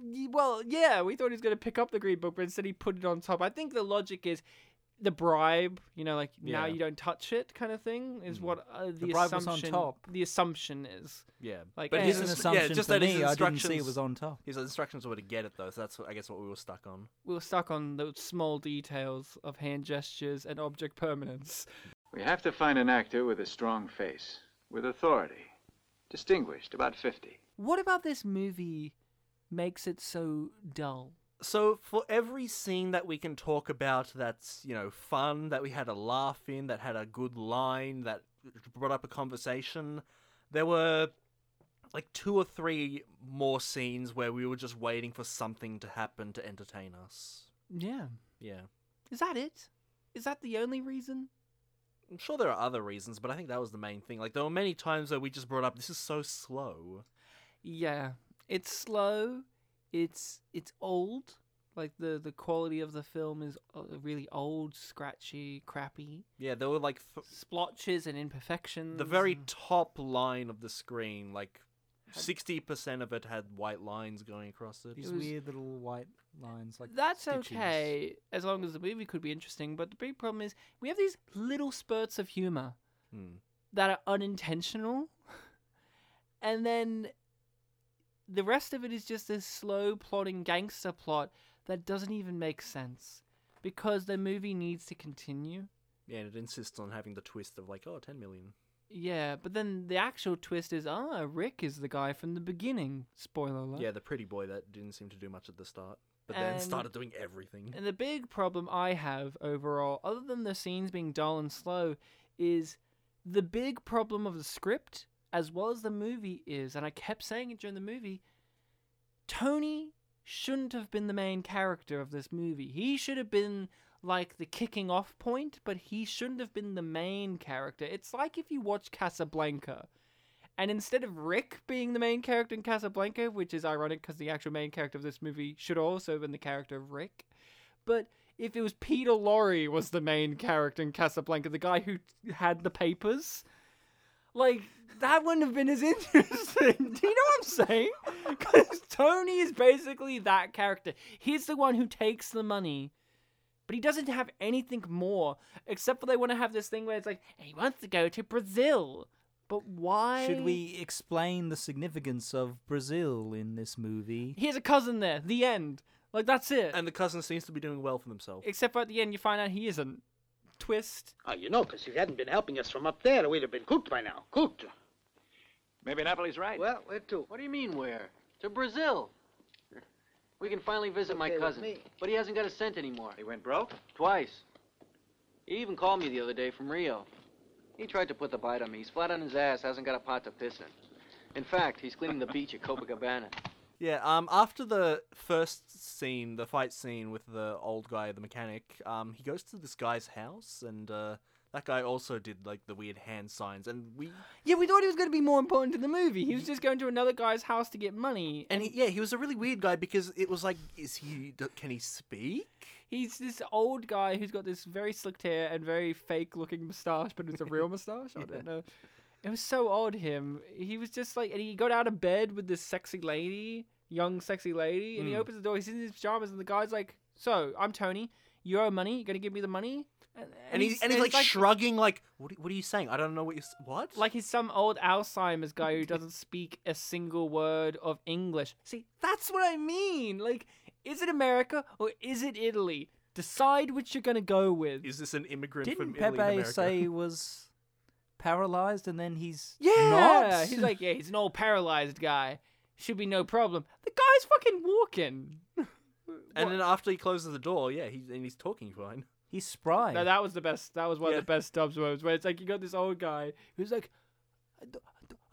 Speaker 2: Y- Well, yeah, we thought he was gonna pick up the green book, but instead he put it on top. I think the logic is the bribe. You know, like now
Speaker 3: Yeah.
Speaker 2: you don't touch it, kind of thing, is what uh, the,
Speaker 4: bribe was on
Speaker 2: assumption.
Speaker 4: top.
Speaker 2: The assumption is.
Speaker 3: Yeah,
Speaker 2: Like,
Speaker 3: but
Speaker 2: eh,
Speaker 3: his
Speaker 4: It's an
Speaker 2: it's-
Speaker 3: ins-
Speaker 4: assumption
Speaker 3: yeah, just
Speaker 4: for
Speaker 3: that his
Speaker 4: me. I didn't
Speaker 3: instructions
Speaker 4: see it was on top.
Speaker 3: His instructions were to get it though, so that's what, I guess what we were stuck on.
Speaker 2: We were stuck on the small details of hand gestures and object permanence.
Speaker 5: We have to find an actor with a strong face, with authority, distinguished, about 50.
Speaker 2: What about this movie makes it so dull?
Speaker 3: So for every scene that we can talk about that's you know fun, that we had a laugh in, that had a good line, that brought up a conversation, there were like two or three more scenes where we were just waiting for something to happen to entertain us.
Speaker 2: Yeah.
Speaker 3: Yeah.
Speaker 2: Is that it? Is that the only reason?
Speaker 3: I'm sure there are other reasons, but I think that was the main thing. Like there were many times where we just brought up this is so slow.
Speaker 2: Yeah. It's slow. It's it's old. Like the the quality of the film is uh, really old, scratchy, crappy.
Speaker 3: Yeah, there were like th-
Speaker 2: Splotches and imperfections.
Speaker 3: the
Speaker 2: Mm.
Speaker 3: very top line of the screen, like sixty percent of it had white lines going across it.
Speaker 4: These
Speaker 2: was-
Speaker 4: weird little white lines, like
Speaker 2: That's
Speaker 4: stitches.
Speaker 2: okay as long as the movie could be interesting. But the big problem is we have these little spurts of humor
Speaker 3: Hmm.
Speaker 2: that are unintentional, and then the rest of it is just this slow plotting gangster plot that doesn't even make sense because the movie needs to continue.
Speaker 3: Yeah, and it insists on having the twist of like, oh, 10 million.
Speaker 2: Yeah, but then the actual twist is ah, Rick is the guy from the beginning. Spoiler alert.
Speaker 3: Yeah, the pretty boy that didn't seem to do much at the start, but then
Speaker 2: And-
Speaker 3: started doing everything.
Speaker 2: And the big problem I have overall, other than the scenes being dull and slow, is the big problem of the script as well as the movie is, and I kept saying it during the movie, Tony shouldn't have been the main character of this movie. He should have been like the kicking off point, but he shouldn't have been the main character. It's like if you watch Casablanca. And instead of Rick being the main character in Casablanca, which is ironic because the actual main character of this movie should also have been the character of Rick, but if it was Peter Lorre was the main character in Casablanca, the guy who had the papers, like that wouldn't have been as interesting. Do you know what I'm saying? Because Tony is basically that character. He's the one who takes the money. But he doesn't have anything more, except for they want to have this thing where it's like, he wants to go to Brazil. But why?
Speaker 4: Should we explain the significance of Brazil in this movie?
Speaker 2: He has a cousin there. The end. Like that's it.
Speaker 3: And the cousin seems to be doing well for themselves.
Speaker 2: Except for at the end, you find out he isn't. Twist.
Speaker 6: Oh, you know, because if you hadn't been helping us from up there, we'd have been cooked by now. Cooked.
Speaker 8: Maybe Napoli's right.
Speaker 6: Well, where to?
Speaker 8: What do you mean where? To Brazil. We can finally visit
Speaker 6: Okay
Speaker 8: my
Speaker 6: with
Speaker 8: cousin,
Speaker 6: me.
Speaker 8: but he hasn't got a cent anymore.
Speaker 5: He went broke?
Speaker 8: Twice. He even called me the other day from Rio. He tried to put the bite on me. He's flat on his ass, hasn't got a pot to piss in. In fact, he's cleaning the beach at Copacabana.
Speaker 3: Yeah, um, after the first scene, the fight scene with the old guy, the mechanic, um, he goes to this guy's house, and uh, that guy also did like the weird hand signs, and we,
Speaker 2: Yeah, we thought he was going to be more important to the movie. He was just going to another guy's house to get money.
Speaker 3: and he, yeah, he was a really weird guy because it was like, is he? d- Can he speak?
Speaker 2: He's this old guy who's got this very slicked hair and very fake looking moustache, but it's a real moustache. I don't know. It was so odd, him. He was just like, and he got out of bed with this sexy lady, young sexy lady, and he
Speaker 3: Mm.
Speaker 2: opens the door. He's in his pajamas, and the guy's like, So, I'm Tony. You owe money. You going to give me the money? And, and
Speaker 3: And, he's, and he's like, shrugging, like, what? Are, what are you saying? I don't know what you. s- What?
Speaker 2: Like he's some old Alzheimer's guy who doesn't speak a single word of English. See, that's what I mean. Like, is it America or is it Italy? Decide which you're gonna go with.
Speaker 3: is this an immigrant from
Speaker 4: Didn't
Speaker 3: Italy in
Speaker 4: Pepe
Speaker 3: America?
Speaker 4: say he was paralyzed and then he's
Speaker 2: yeah,
Speaker 4: not?
Speaker 2: he's like, yeah, he's an old paralyzed guy. Should be no problem. The guy's fucking walking.
Speaker 3: and then after he closes the door, yeah, he's and he's talking fine.
Speaker 4: he's spry.
Speaker 2: No, that was the best. That was one
Speaker 3: Yeah.
Speaker 2: of the best dubs moments where it's like you got this old guy who's like,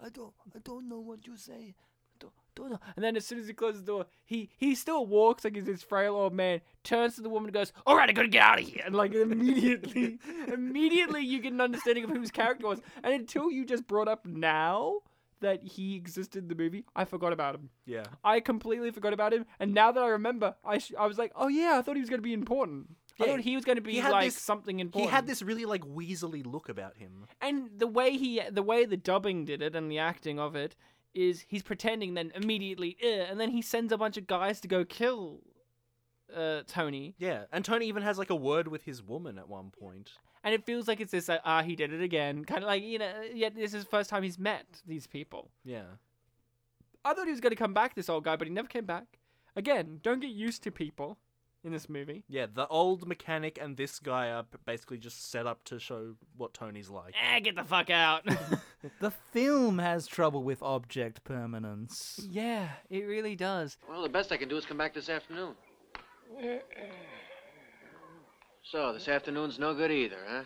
Speaker 4: I don't, I don't know what you say.
Speaker 2: "Don't know." and then as soon as he closes the door, he he still walks like he's this frail old man. Turns to the woman and goes, "All right, I gotta get out of here." And like immediately, immediately you get an understanding of who his character was. And until you just brought up now that he existed in the movie, I forgot about him.
Speaker 3: Yeah.
Speaker 2: I completely forgot about him, and now that I remember, I sh- I was like, oh yeah, I thought he was going to be important. I
Speaker 3: Yeah,
Speaker 2: thought he was going to be
Speaker 3: had
Speaker 2: like
Speaker 3: this-
Speaker 2: something
Speaker 3: He
Speaker 2: important.
Speaker 3: had this really like weaselly look about him.
Speaker 2: and the way he, the way the dubbing did it and the acting of it is he's pretending, then immediately, "Eh," and then he sends a bunch of guys to go kill uh, Tony,
Speaker 3: Yeah, and Tony even has like a word with his woman at one point.
Speaker 2: and it feels like it's this, like, ah, he did it again, kind of like you know, yet this is the first time he's met these people.
Speaker 3: Yeah.
Speaker 2: I thought he was going to come back, this old guy, but he never came back. Again, don't get used to people in this movie.
Speaker 3: Yeah, the old mechanic and this guy are p- basically just set up to show what Tony's like.
Speaker 2: Eh, get the fuck out.
Speaker 4: The film has trouble with object permanence.
Speaker 2: Yeah, it really does.
Speaker 8: Well, the best I can do is come back this afternoon. So, this afternoon's no good either, huh?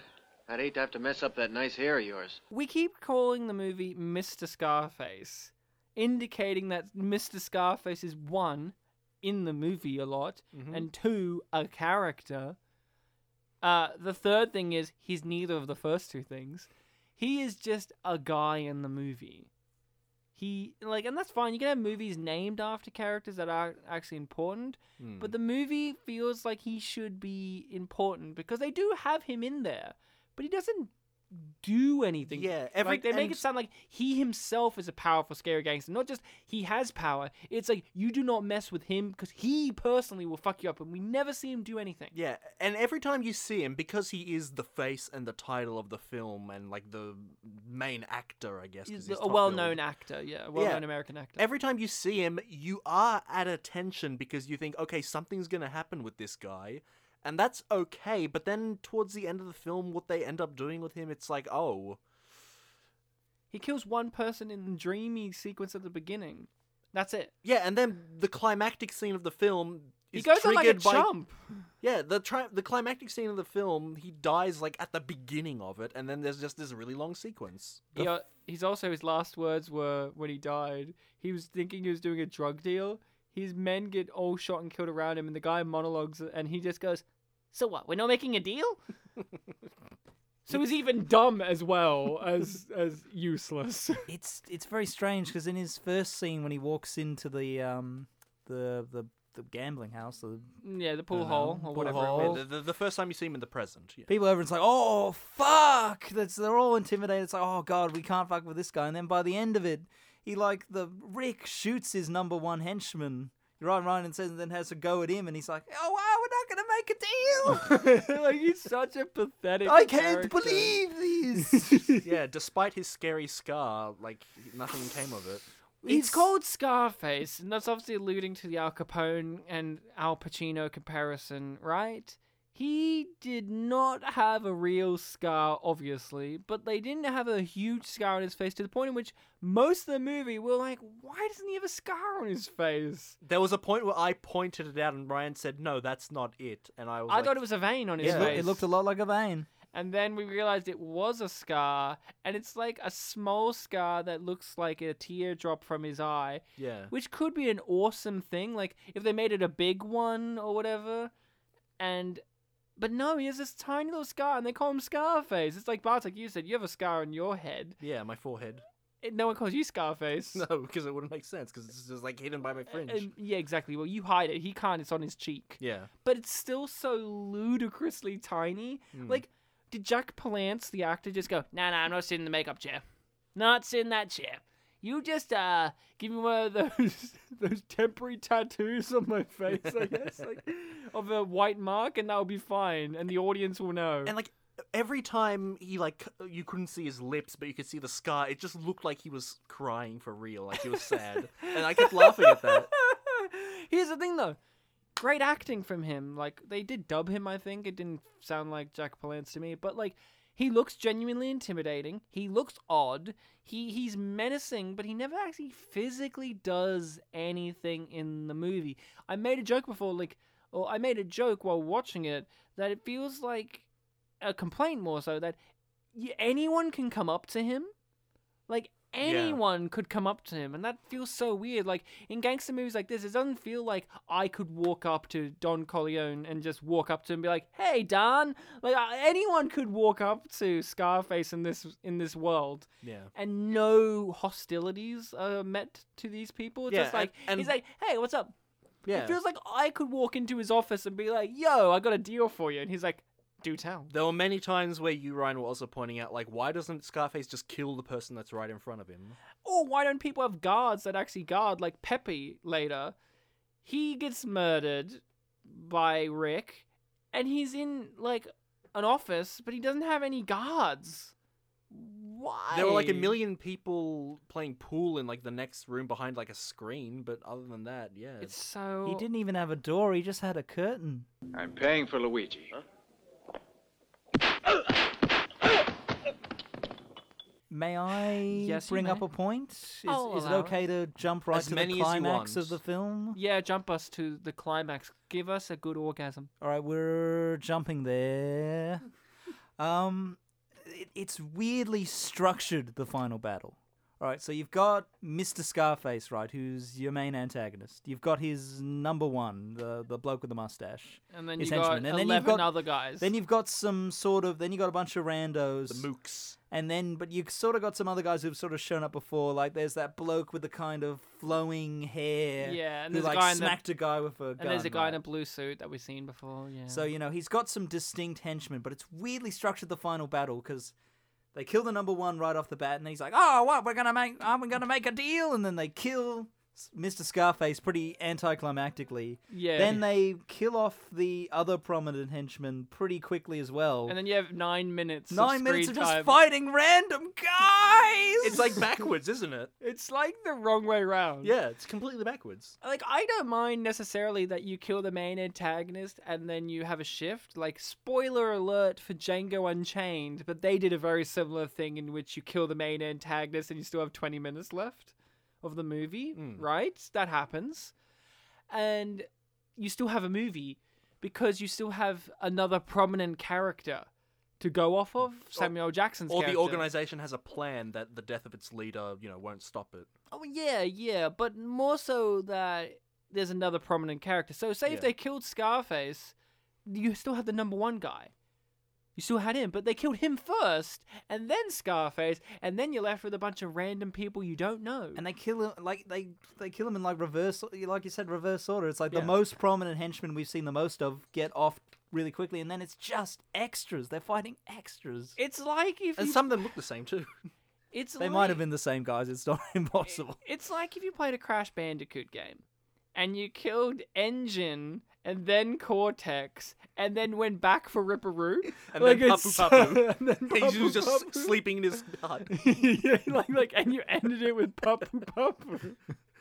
Speaker 8: I'd hate to have to mess up that nice hair of yours.
Speaker 2: We keep calling the movie Mr. Scarface. indicating that Mr. Scarface is one in the movie a lot
Speaker 3: Mhm.
Speaker 2: and two a character. Uh, the third thing is he's neither of the first two things. He is just a guy in the movie. He like, and that's fine. You can have movies named after characters that are actually important,
Speaker 3: Hmm.
Speaker 2: but the movie feels like he should be important because they do have him in there, but he doesn't do anything.
Speaker 3: Yeah, every-
Speaker 2: every, like, they make
Speaker 3: and-
Speaker 2: it sound like he himself is a powerful, scary gangster. Not just he has power. It's like you do not mess with him because he personally will fuck you up, and we never see him do anything.
Speaker 3: Yeah, and every time you see him, because he is the face and the title of the film and like the main actor, I guess. 'cause
Speaker 2: He's
Speaker 3: he's
Speaker 2: a
Speaker 3: top
Speaker 2: well-known
Speaker 3: billed.
Speaker 2: actor. Yeah, a well-known American actor.
Speaker 3: Every time you see him, you are at attention because you think, okay, something's going to happen with this guy. And that's okay, but then towards the end of the film, what they end up doing with him, it's like, oh,
Speaker 2: He kills one person in the dreamy sequence at the beginning. That's it.
Speaker 3: Yeah, and then the climactic scene of the film
Speaker 2: He
Speaker 3: is
Speaker 2: goes on like a
Speaker 3: triggered by
Speaker 2: chump.
Speaker 3: Yeah, the tri- the climactic scene of the film, he dies like at the beginning of it, and then there's just this really long sequence.
Speaker 2: He, uh, he's also his last words were when he died. He was thinking he was doing a drug deal. His men get all shot and killed around him, and the guy monologues, and he just goes, "So what? We're not making a deal." so he's even dumb as well as as useless.
Speaker 4: It's it's very strange because in his first scene when he walks into the um the the, the gambling house, the
Speaker 2: yeah, the
Speaker 4: I
Speaker 2: pool
Speaker 4: don't
Speaker 2: hole or
Speaker 4: know, um, pool
Speaker 2: whatever.
Speaker 4: hall.
Speaker 2: It
Speaker 3: Yeah,
Speaker 2: was.
Speaker 3: the, the, the first time you see him in the present. Yeah.
Speaker 4: people everyone's like, oh fuck, that's they're all intimidated. It's like, oh god, we can't fuck with this guy. And then by the end of it, he like the Rick shoots his number one henchman. Ryan Ryan and says, and then has a go at him, and he's like, "Oh wow, we're not gonna make a deal."
Speaker 2: like he's such a pathetic.
Speaker 4: I can't
Speaker 2: character.
Speaker 4: believe this.
Speaker 3: yeah, despite his scary scar, like nothing came of it.
Speaker 2: He's called Scarface, and that's obviously alluding to the Al Capone and Al Pacino comparison, right? He did not have a real scar, obviously, but they didn't have a huge scar on his face to the point in which most of the movie were like, why doesn't he have a scar on his face?
Speaker 3: There was a point where I pointed it out, and Ryan said, "No, that's not it." And I was.
Speaker 2: I
Speaker 3: like,
Speaker 2: thought it was a vein on his
Speaker 4: It, loo-
Speaker 2: face.
Speaker 4: it looked a lot like a vein.
Speaker 2: and then we realized it was a scar, and it's like a small scar that looks like a teardrop from his eye.
Speaker 3: Yeah.
Speaker 2: Which could be an awesome thing, like if they made it a big one or whatever. And but no, he has this tiny little scar and they call him Scarface. It's like Bartek, you said you have a scar on your head.
Speaker 3: Yeah, my forehead.
Speaker 2: And no one calls you Scarface.
Speaker 3: No, because it wouldn't make sense because it's just like hidden by my fringe.
Speaker 2: And, yeah, exactly. Well, you hide it. He can't. It's on his cheek.
Speaker 3: yeah.
Speaker 2: But it's still so ludicrously tiny.
Speaker 3: Mm.
Speaker 2: Like, did Jack Palance, the actor, just go, nah, nah, I'm not sitting in the makeup chair. Not sitting in that chair. You just uh give me one of those those temporary tattoos on my face, I guess, like of a white mark, and that'll be fine, and the audience will know.
Speaker 3: and like every time he like c- you couldn't see his lips but you could see the scar it just looked like he was crying for real like he was sad and i kept laughing at that
Speaker 2: Here's the thing, though. Great acting from him. Like they did dub him, I think. It didn't sound like Jack Palance to me, but like he looks genuinely intimidating. He looks odd. He he's menacing, but he never actually physically does anything in the movie. I made a joke before, like, or I made a joke while watching it that it feels like a complaint more so that y- anyone can come up to him. Like anyone could come up to him, and that feels so weird. Like in gangster movies like this, it doesn't feel like I could walk up to Don Corleone and just walk up to him and be like, "Hey, Don!" Like I- anyone could walk up to Scarface in this in this world,
Speaker 3: yeah
Speaker 2: and no hostilities are met to these people. It's
Speaker 3: Yeah,
Speaker 2: just like
Speaker 3: and-
Speaker 2: he's like, "Hey, what's up?"
Speaker 3: yeah
Speaker 2: It feels like I could walk into his office and be like, "Yo, I got a deal for you," and he's like, "Do tell."
Speaker 3: there were many times where you ryan were also pointing out like why doesn't scarface just kill the person that's right in front of him
Speaker 2: or why don't people have guards that actually guard like pepe later he gets murdered by rick and he's in like an office but he doesn't have any guards why
Speaker 3: there were like a million people playing pool in like the next room behind like a screen but other than that yeah
Speaker 2: it's so
Speaker 4: He didn't even have a door; he just had a curtain.
Speaker 5: I'm paying for Luigi.
Speaker 4: May I
Speaker 2: Yes, you
Speaker 4: bring up
Speaker 2: may.
Speaker 4: a point? Is,
Speaker 2: I'll
Speaker 4: is it
Speaker 2: allow
Speaker 4: okay to jump right
Speaker 3: As
Speaker 4: to
Speaker 3: many as
Speaker 4: the
Speaker 3: you
Speaker 4: climax
Speaker 3: want.
Speaker 4: of the film?
Speaker 2: yeah jump us to the climax give us a good orgasm
Speaker 4: All right, we're jumping there. Um, it, it's weirdly structured the final battle. All right, so you've got Mr. Scarface, right, who's your main antagonist. You've got his number one, the the bloke with the mustache,
Speaker 2: And then
Speaker 4: his
Speaker 2: you got
Speaker 4: henchman. and then
Speaker 2: 11
Speaker 4: you've got
Speaker 2: other guys.
Speaker 4: Then you've got some sort of. Then you got a bunch of randos,
Speaker 3: The mooks,
Speaker 4: and then but you sort of got some other guys who've sort of shown up before. Like there's that bloke with the kind of flowing hair,
Speaker 2: Yeah, and
Speaker 4: who
Speaker 2: there's
Speaker 4: like
Speaker 2: a guy in the-
Speaker 4: smacked a guy with a gun.
Speaker 2: And there's a guy
Speaker 4: right?
Speaker 2: in a blue suit that we've seen before. Yeah.
Speaker 4: So you know he's got some distinct henchmen, but it's weirdly structured the final battle because they kill the number one right off the bat, and he's like, "Oh, what? We're gonna make? Are we gonna make a deal?" And then they kill S- Mr. Scarface pretty anticlimactically.
Speaker 2: Yeah.
Speaker 4: Then they kill off the other prominent henchman pretty quickly as well.
Speaker 2: and then you have nine minutes.
Speaker 4: Nine
Speaker 2: of
Speaker 4: minutes of
Speaker 2: screen
Speaker 4: just
Speaker 2: time.
Speaker 4: fighting random guys.
Speaker 3: It's like backwards, isn't it?
Speaker 2: It's like the wrong way round.
Speaker 3: Yeah, it's completely backwards.
Speaker 2: Like I don't mind necessarily that you kill the main antagonist and then you have a shift. Like spoiler alert for Django Unchained, but they did a very similar thing in which you kill the main antagonist and you still have 20 minutes left of the movie,
Speaker 3: Hmm.
Speaker 2: right? That happens. And you still have a movie because you still have another prominent character to go off of, Samuel L. Jackson's
Speaker 3: Hmm. Oh, Or
Speaker 2: character.
Speaker 3: the organization has a plan that the death of its leader, you know, won't stop it.
Speaker 2: Oh yeah, yeah, but more so that there's another prominent character. So say
Speaker 3: Yeah.
Speaker 2: if they killed Scarface, you still had the number one guy. You still had him, but they killed him first, and then Scarface, and then you're left with a bunch of random people you don't know.
Speaker 4: and they kill him like they they kill him in like reverse like you said reverse order it's like
Speaker 2: Yeah.
Speaker 4: the most prominent henchman we've seen the most of get off really quickly and then it's just extras they're fighting extras
Speaker 2: It's like if
Speaker 3: And
Speaker 2: you,
Speaker 3: some of them look the same too.
Speaker 2: it's
Speaker 4: they
Speaker 2: like,
Speaker 4: might have been the same guys it's not impossible
Speaker 2: It's like if you played a Crash Bandicoot game, and you killed Engine. And then Cortex, and then went back for Ripperoo,
Speaker 3: And
Speaker 2: Like,
Speaker 3: then
Speaker 2: it's
Speaker 3: Papu
Speaker 2: so-
Speaker 3: Papu.
Speaker 2: and then Papu
Speaker 3: He's just
Speaker 2: Papu.
Speaker 3: sleeping in his hut.
Speaker 2: yeah, like like, and you ended it with papu papu.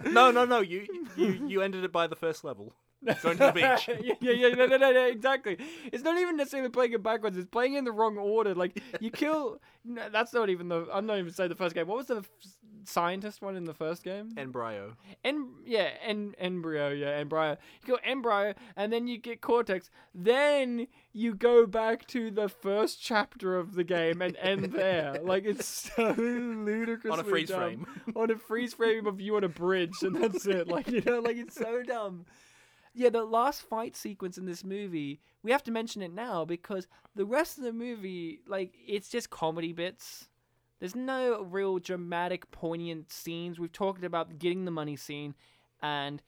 Speaker 3: No, no, no. You, you you ended it by the first level. Going to the beach.
Speaker 2: yeah, yeah, yeah, no, no, no, no, exactly. It's not even necessarily playing it backwards. It's playing in the wrong order. Like you kill. No, that's not even the. I'm not even saying the first game. What was the f- scientist one in the first game?
Speaker 3: Embryo.
Speaker 2: En- yeah, en- embryo, yeah, embryo. You go embryo, and then you get cortex. Then you go back to the first chapter of the game and end there. like it's so ludicrous.
Speaker 3: freeze
Speaker 2: dumb. on a freeze frame of you on a bridge, and that's it. Like you know, like it's so dumb. Yeah, the last fight sequence in this movie, we have to mention it now because the rest of the movie, like, it's just comedy bits. There's no real dramatic, poignant scenes. We've talked about the getting the money scene and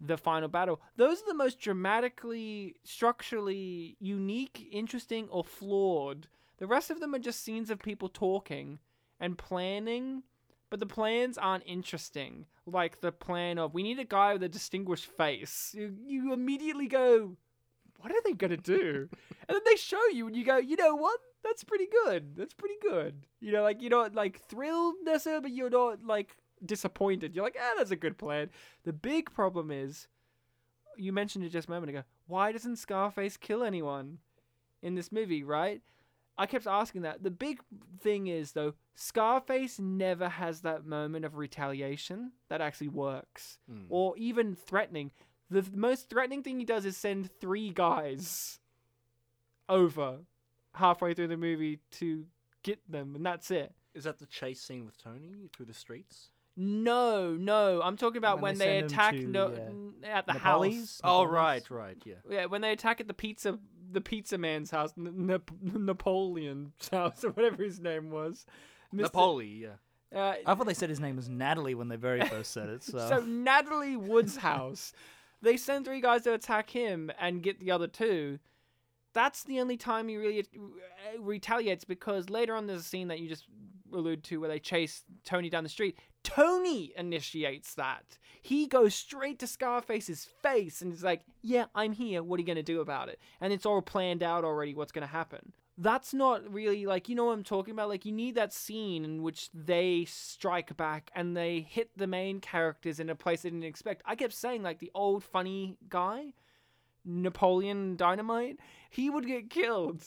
Speaker 2: the final battle. Those are the most dramatically, structurally unique, interesting, or flawed. The rest of them are just scenes of people talking and planning, but the plans aren't interesting. Like the plan of we need a guy with a distinguished face. You, you immediately go, what are they gonna do? and then they show you, and you go, you know what? That's pretty good. That's pretty good. You know, like you're not like thrilled necessarily, but you're not like disappointed. You're like, ah, that's a good plan. The big problem is, you mentioned it just a moment ago. Why doesn't Scarface kill anyone in this movie? Right? I kept asking that. The big thing is though, Scarface never has that moment of retaliation that actually works,
Speaker 4: Hmm.
Speaker 2: or even threatening. The th- most threatening thing he does is send three guys over halfway through the movie to get them, and that's it.
Speaker 3: Is that the chase scene with Tony through the streets?
Speaker 2: No, no, I'm talking about when,
Speaker 4: When
Speaker 2: they,
Speaker 4: they send them
Speaker 2: attack
Speaker 4: to,
Speaker 2: no,
Speaker 4: yeah,
Speaker 2: n- at the house.
Speaker 4: Napoli's?
Speaker 3: Oh
Speaker 4: Napoli's?
Speaker 3: right, right, yeah.
Speaker 2: Yeah, when they attack at the pizza the pizza man's house, N- Nap- Napoleon's house or whatever his name was. Mr.
Speaker 3: Napoli, yeah.
Speaker 2: Uh,
Speaker 4: i thought they said his name was natalie when they very first said it so,
Speaker 2: So Natalie Wood's house, they send three guys to attack him and get the other two. That's the only time he really uh, retaliates because later on there's a scene that you just allude to where they chase Tony down the street. Tony initiates that. He goes straight to Scarface's face and is like, "Yeah, I'm here. What are you gonna do about it?" And it's all planned out already. What's gonna happen? that's not really like you know what I'm talking about. Like you need that scene in which they strike back and they hit the main characters in a place they didn't expect. I kept saying like the old funny guy, Napoleon Dynamite, he would get killed,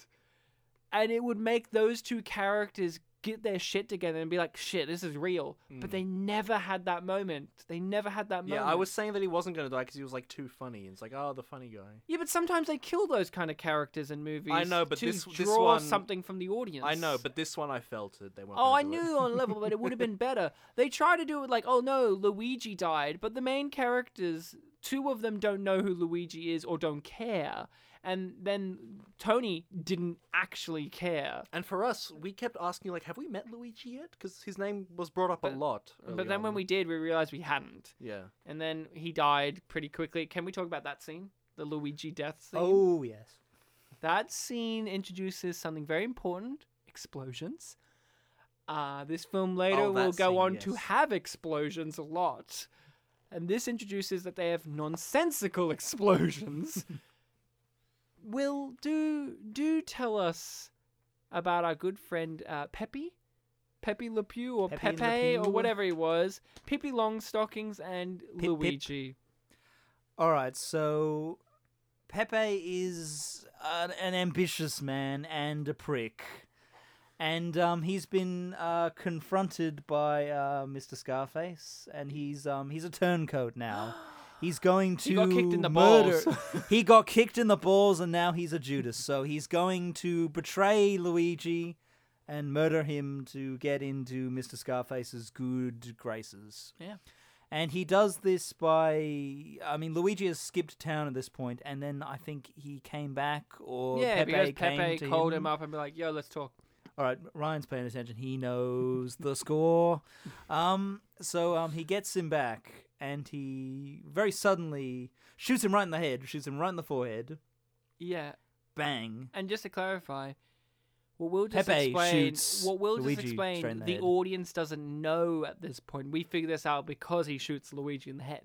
Speaker 2: and it would make those two characters get their shit together and be like, shit, this is real. But they never had that moment. They never had that
Speaker 3: Mm. Yeah,
Speaker 2: moment.
Speaker 3: I was saying that he wasn't going to die because he was like too funny. And it's like, oh, the funny guy.
Speaker 2: Yeah, but sometimes they kill those kind of characters in movies.
Speaker 3: I know, but
Speaker 2: to
Speaker 3: this-
Speaker 2: draw
Speaker 3: this one-
Speaker 2: something from the audience.
Speaker 3: I know, but this one I felt it. They weren't
Speaker 2: Oh,
Speaker 3: gonna
Speaker 2: I
Speaker 3: do it.
Speaker 2: knew on a level, but it would have been better. They try to do it like, oh no, Luigi died, but the main characters, two of them don't know who Luigi is or don't care, and then Tony didn't actually care.
Speaker 3: And for us, we kept asking, like, have we met Luigi yet? Because his name was brought up a lot.
Speaker 2: but then when we did, we realized we hadn't.
Speaker 3: Yeah.
Speaker 2: And then he died pretty quickly. Can we talk about that scene? The Luigi death scene?
Speaker 4: Oh yes.
Speaker 2: That scene introduces something very important explosions. Uh, this film later
Speaker 4: Oh, that
Speaker 2: will go
Speaker 4: scene,
Speaker 2: on to
Speaker 4: yes.
Speaker 2: have explosions a lot. And this introduces that they have nonsensical explosions. will, do, do tell us about our good friend uh, Pepe. Pepe Le Pew or
Speaker 4: Pepe Le
Speaker 2: Pepe, or
Speaker 4: Pew.
Speaker 2: whatever he was. Pippi Longstockings and
Speaker 4: pip.
Speaker 2: Luigi.
Speaker 4: All right, so Pepe is an, an ambitious man and a prick. And um, he's been uh, confronted by uh, Mr. Scarface, and he's um, he's a turncoat now. He's going to
Speaker 2: He got kicked in the
Speaker 4: murder.
Speaker 2: balls.
Speaker 4: he got kicked in the balls, and now he's a Judas. So he's going to betray Luigi and murder him to get into Mr. Scarface's good graces.
Speaker 2: Yeah.
Speaker 4: And he does this by. I mean, Luigi has skipped town at this point, and then I think he came back, or
Speaker 2: yeah,
Speaker 4: Pepe
Speaker 2: because
Speaker 4: came
Speaker 2: Pepe
Speaker 4: to
Speaker 2: called
Speaker 4: him.
Speaker 2: him up and be like, yo, let's talk.
Speaker 4: All right, Ryan's paying attention. He knows the score. Um, so um, he gets him back, and he very suddenly shoots him right in the head, shoots him right in the forehead.
Speaker 2: Yeah.
Speaker 4: Bang!
Speaker 2: And just to clarify, what we'll just
Speaker 4: Pepe
Speaker 2: explain,
Speaker 4: shoots
Speaker 2: what we'll just
Speaker 4: Luigi
Speaker 2: explain,
Speaker 4: straight in
Speaker 2: the,
Speaker 4: the head.
Speaker 2: audience doesn't know at this point. We figure this out because he shoots Luigi in the head,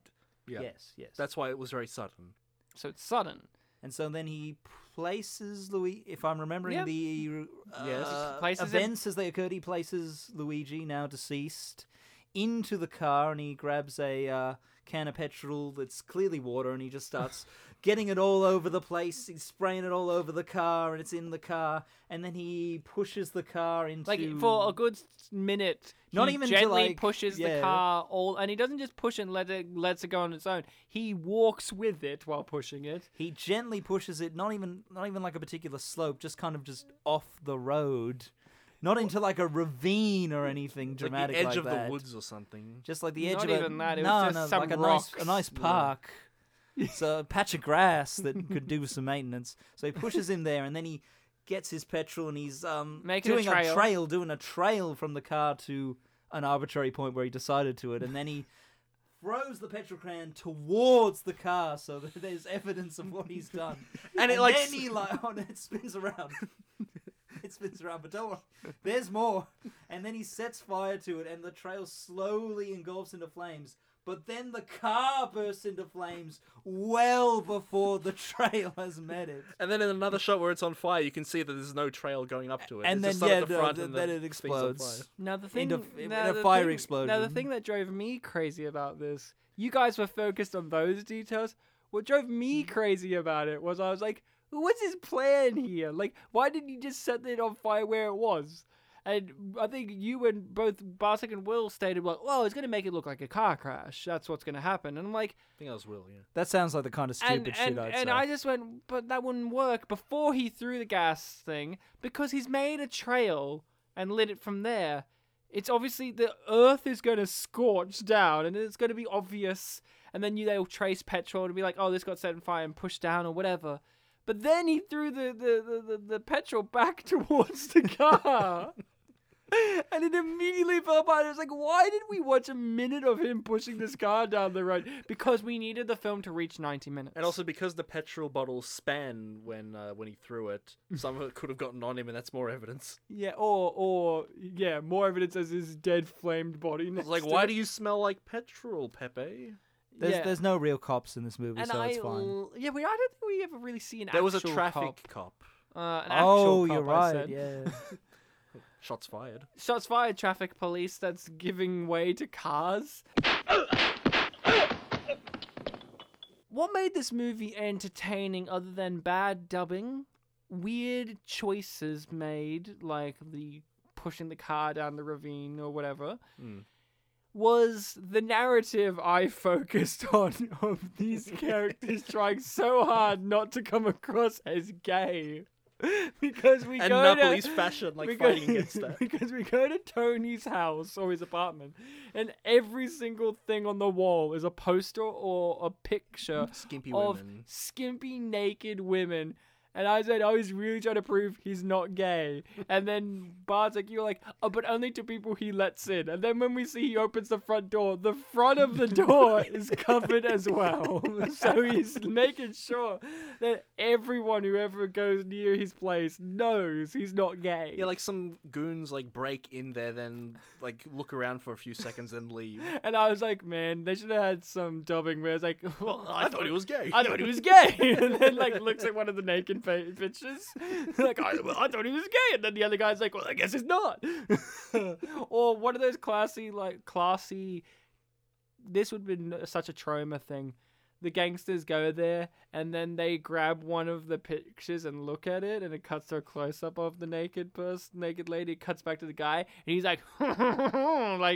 Speaker 3: Yeah.
Speaker 4: Yes, yes.
Speaker 3: That's why it was very sudden.
Speaker 2: so it's sudden.
Speaker 4: And so then he places Luigi. If I'm remembering
Speaker 2: Yep.
Speaker 4: the uh,
Speaker 3: Yes.
Speaker 2: Places him-
Speaker 4: events as they occurred, he places Luigi, now deceased, into the car, and he grabs a uh, can of petrol that's clearly water, and he just starts getting it all over the place. He's spraying it all over the car, and it's in the car, and then he pushes the car into
Speaker 2: Like for a good s- minute,
Speaker 4: Not
Speaker 2: he
Speaker 4: even to,
Speaker 2: gently
Speaker 4: like-
Speaker 2: pushes the
Speaker 4: yeah.
Speaker 2: car all, and he doesn't just push it and let it lets it go on its own. He walks with it while pushing it.
Speaker 4: He gently pushes it, not even not even like a particular slope, just kind of just off the road, not into like a ravine or anything
Speaker 3: Like
Speaker 4: dramatic
Speaker 3: the edge
Speaker 4: like
Speaker 3: of
Speaker 4: that.
Speaker 3: the woods or something.
Speaker 4: Just like the edge
Speaker 2: Not
Speaker 4: of a,
Speaker 2: even that, it was
Speaker 4: no,
Speaker 2: just
Speaker 4: no,
Speaker 2: some
Speaker 4: like a
Speaker 2: rocks.
Speaker 4: nice a nice
Speaker 2: Yeah.
Speaker 4: park. It's a patch of grass that could do some maintenance. So he pushes him there, and then he gets his petrol, and he's um
Speaker 2: Making a
Speaker 4: doing
Speaker 2: trail.
Speaker 4: doing a trail from the car to an arbitrary point where he decided to it, and then he throws the petrol can towards the car so that there's evidence of what he's done.
Speaker 3: And it, like,
Speaker 4: then he like oh, no, it spins around. it spins around, but don't worry, there's more. And then he sets fire to it, and the trail slowly engulfs into flames. But then the car bursts into flames well before the trail has met it.
Speaker 3: And then in another shot where it's on fire, you can see that there's no trail going up to it.
Speaker 4: And
Speaker 3: it's
Speaker 4: then
Speaker 3: just
Speaker 4: yeah,
Speaker 3: at the
Speaker 4: no,
Speaker 3: front
Speaker 4: th-
Speaker 3: and
Speaker 4: then
Speaker 3: the
Speaker 4: it
Speaker 3: thing's on
Speaker 4: explodes.
Speaker 3: fire.
Speaker 2: Now the thing,
Speaker 4: Into-
Speaker 2: now
Speaker 4: in a
Speaker 2: the thing-
Speaker 4: fire
Speaker 2: Now the
Speaker 4: explosion.
Speaker 2: thing that drove me crazy about this, you guys were focused on those details. What drove
Speaker 4: Mm-hmm.
Speaker 2: me crazy about it was I was like, what's his plan here? Like, why didn't you just set it on fire where it was? And I think you and both Bartek and Will stated, well, oh, it's going to make it look like a car crash. That's what's going to happen. And I'm like,
Speaker 3: I think that was Will, yeah.
Speaker 4: That sounds like the kind of stupid
Speaker 2: and,
Speaker 4: shit
Speaker 2: and,
Speaker 4: I'd
Speaker 2: and
Speaker 4: say.
Speaker 2: I just went, but that wouldn't work before he threw the gas thing because he's made a trail and lit it from there. It's obviously the earth is going to scorch down and it's going to be obvious. And then you they'll trace petrol and be like, oh, this got set on fire and pushed down or whatever. But then he threw the, the, the, the, the petrol back towards the car. And it immediately fell apart. It was like, why did we watch a minute of him pushing this car down the road? Because we needed the film to reach 90 minutes.
Speaker 3: And also because the petrol bottle span when uh, when he threw it, some of it could have gotten on him, and that's more evidence.
Speaker 2: Yeah, or or yeah, more evidence as his dead flamed body.
Speaker 3: It's like, why do you smell like petrol, Pepe?
Speaker 4: There's, there's no real cops in this movie,
Speaker 2: and
Speaker 4: so
Speaker 2: I
Speaker 4: it's fine.
Speaker 2: l- yeah, we I don't think we ever really see an
Speaker 3: There was a
Speaker 2: actual
Speaker 3: traffic
Speaker 2: cop.
Speaker 3: cop.
Speaker 2: Uh, an
Speaker 4: Oh,
Speaker 2: actual cop,
Speaker 4: you're
Speaker 2: I
Speaker 4: right.
Speaker 2: said.
Speaker 4: Yeah.
Speaker 3: Shots fired.
Speaker 2: Shots fired, traffic police that's giving way to cars. what made this movie entertaining other than bad dubbing? Weird choices made, like the pushing the car down the ravine or whatever
Speaker 3: Hmm.
Speaker 2: was the narrative I focused on of these characters trying so hard not to come across as gay. Because we
Speaker 3: And
Speaker 2: go
Speaker 3: Napoli's
Speaker 2: to,
Speaker 3: fashion, like,
Speaker 2: we go-
Speaker 3: fighting against that.
Speaker 2: Because we go to Tony's house or his apartment, and every single thing on the wall is a poster or a picture
Speaker 3: Skimpy
Speaker 2: of
Speaker 3: women.
Speaker 2: skimpy naked women. And I said, I was really trying to prove he's not gay. And then Bart's like, you're like, oh, but only to people he lets in. And then when we see he opens the front door, the front of the door is covered as well. so he's making sure that everyone who ever goes near his place knows he's not gay.
Speaker 3: Yeah, like some goons like break in there, then like look around for a few seconds and leave.
Speaker 2: And I was like, man, they should have had some dubbing where it's like, well, I,
Speaker 3: I thought he was gay.
Speaker 2: I thought he was gay. and then, like, looks at one of the naked fa- bitches. like, I, well, I thought he was gay. And then the other guy's like, well, I guess he's not. or one of those classy, like, classy. This would have been such a trauma thing. The gangsters go there and then they grab one of the pictures and look at it, and it cuts to a close up of the naked person, naked lady. It cuts back to the guy, and he's like, like,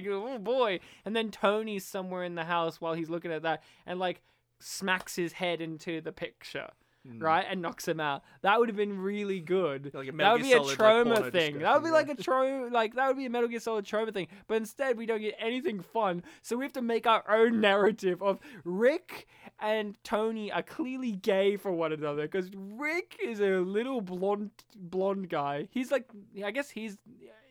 Speaker 2: oh boy. And then Tony's somewhere in the house while he's looking at that, and like smacks his head into the picture.
Speaker 3: Hmm.
Speaker 2: Right and knocks him out. That would have been really good.
Speaker 3: Like a
Speaker 2: that
Speaker 3: Metal
Speaker 2: would
Speaker 3: Gear
Speaker 2: be a
Speaker 3: Solid, like,
Speaker 2: trauma
Speaker 3: porno
Speaker 2: thing. That would be
Speaker 3: description,
Speaker 2: like a trauma, like that would be a Metal Gear Solid trauma thing. But instead, we don't get anything fun. So we have to make our own narrative of Rick and Tony are clearly gay for one another because Rick is a little blonde blonde guy. He's like, I guess he's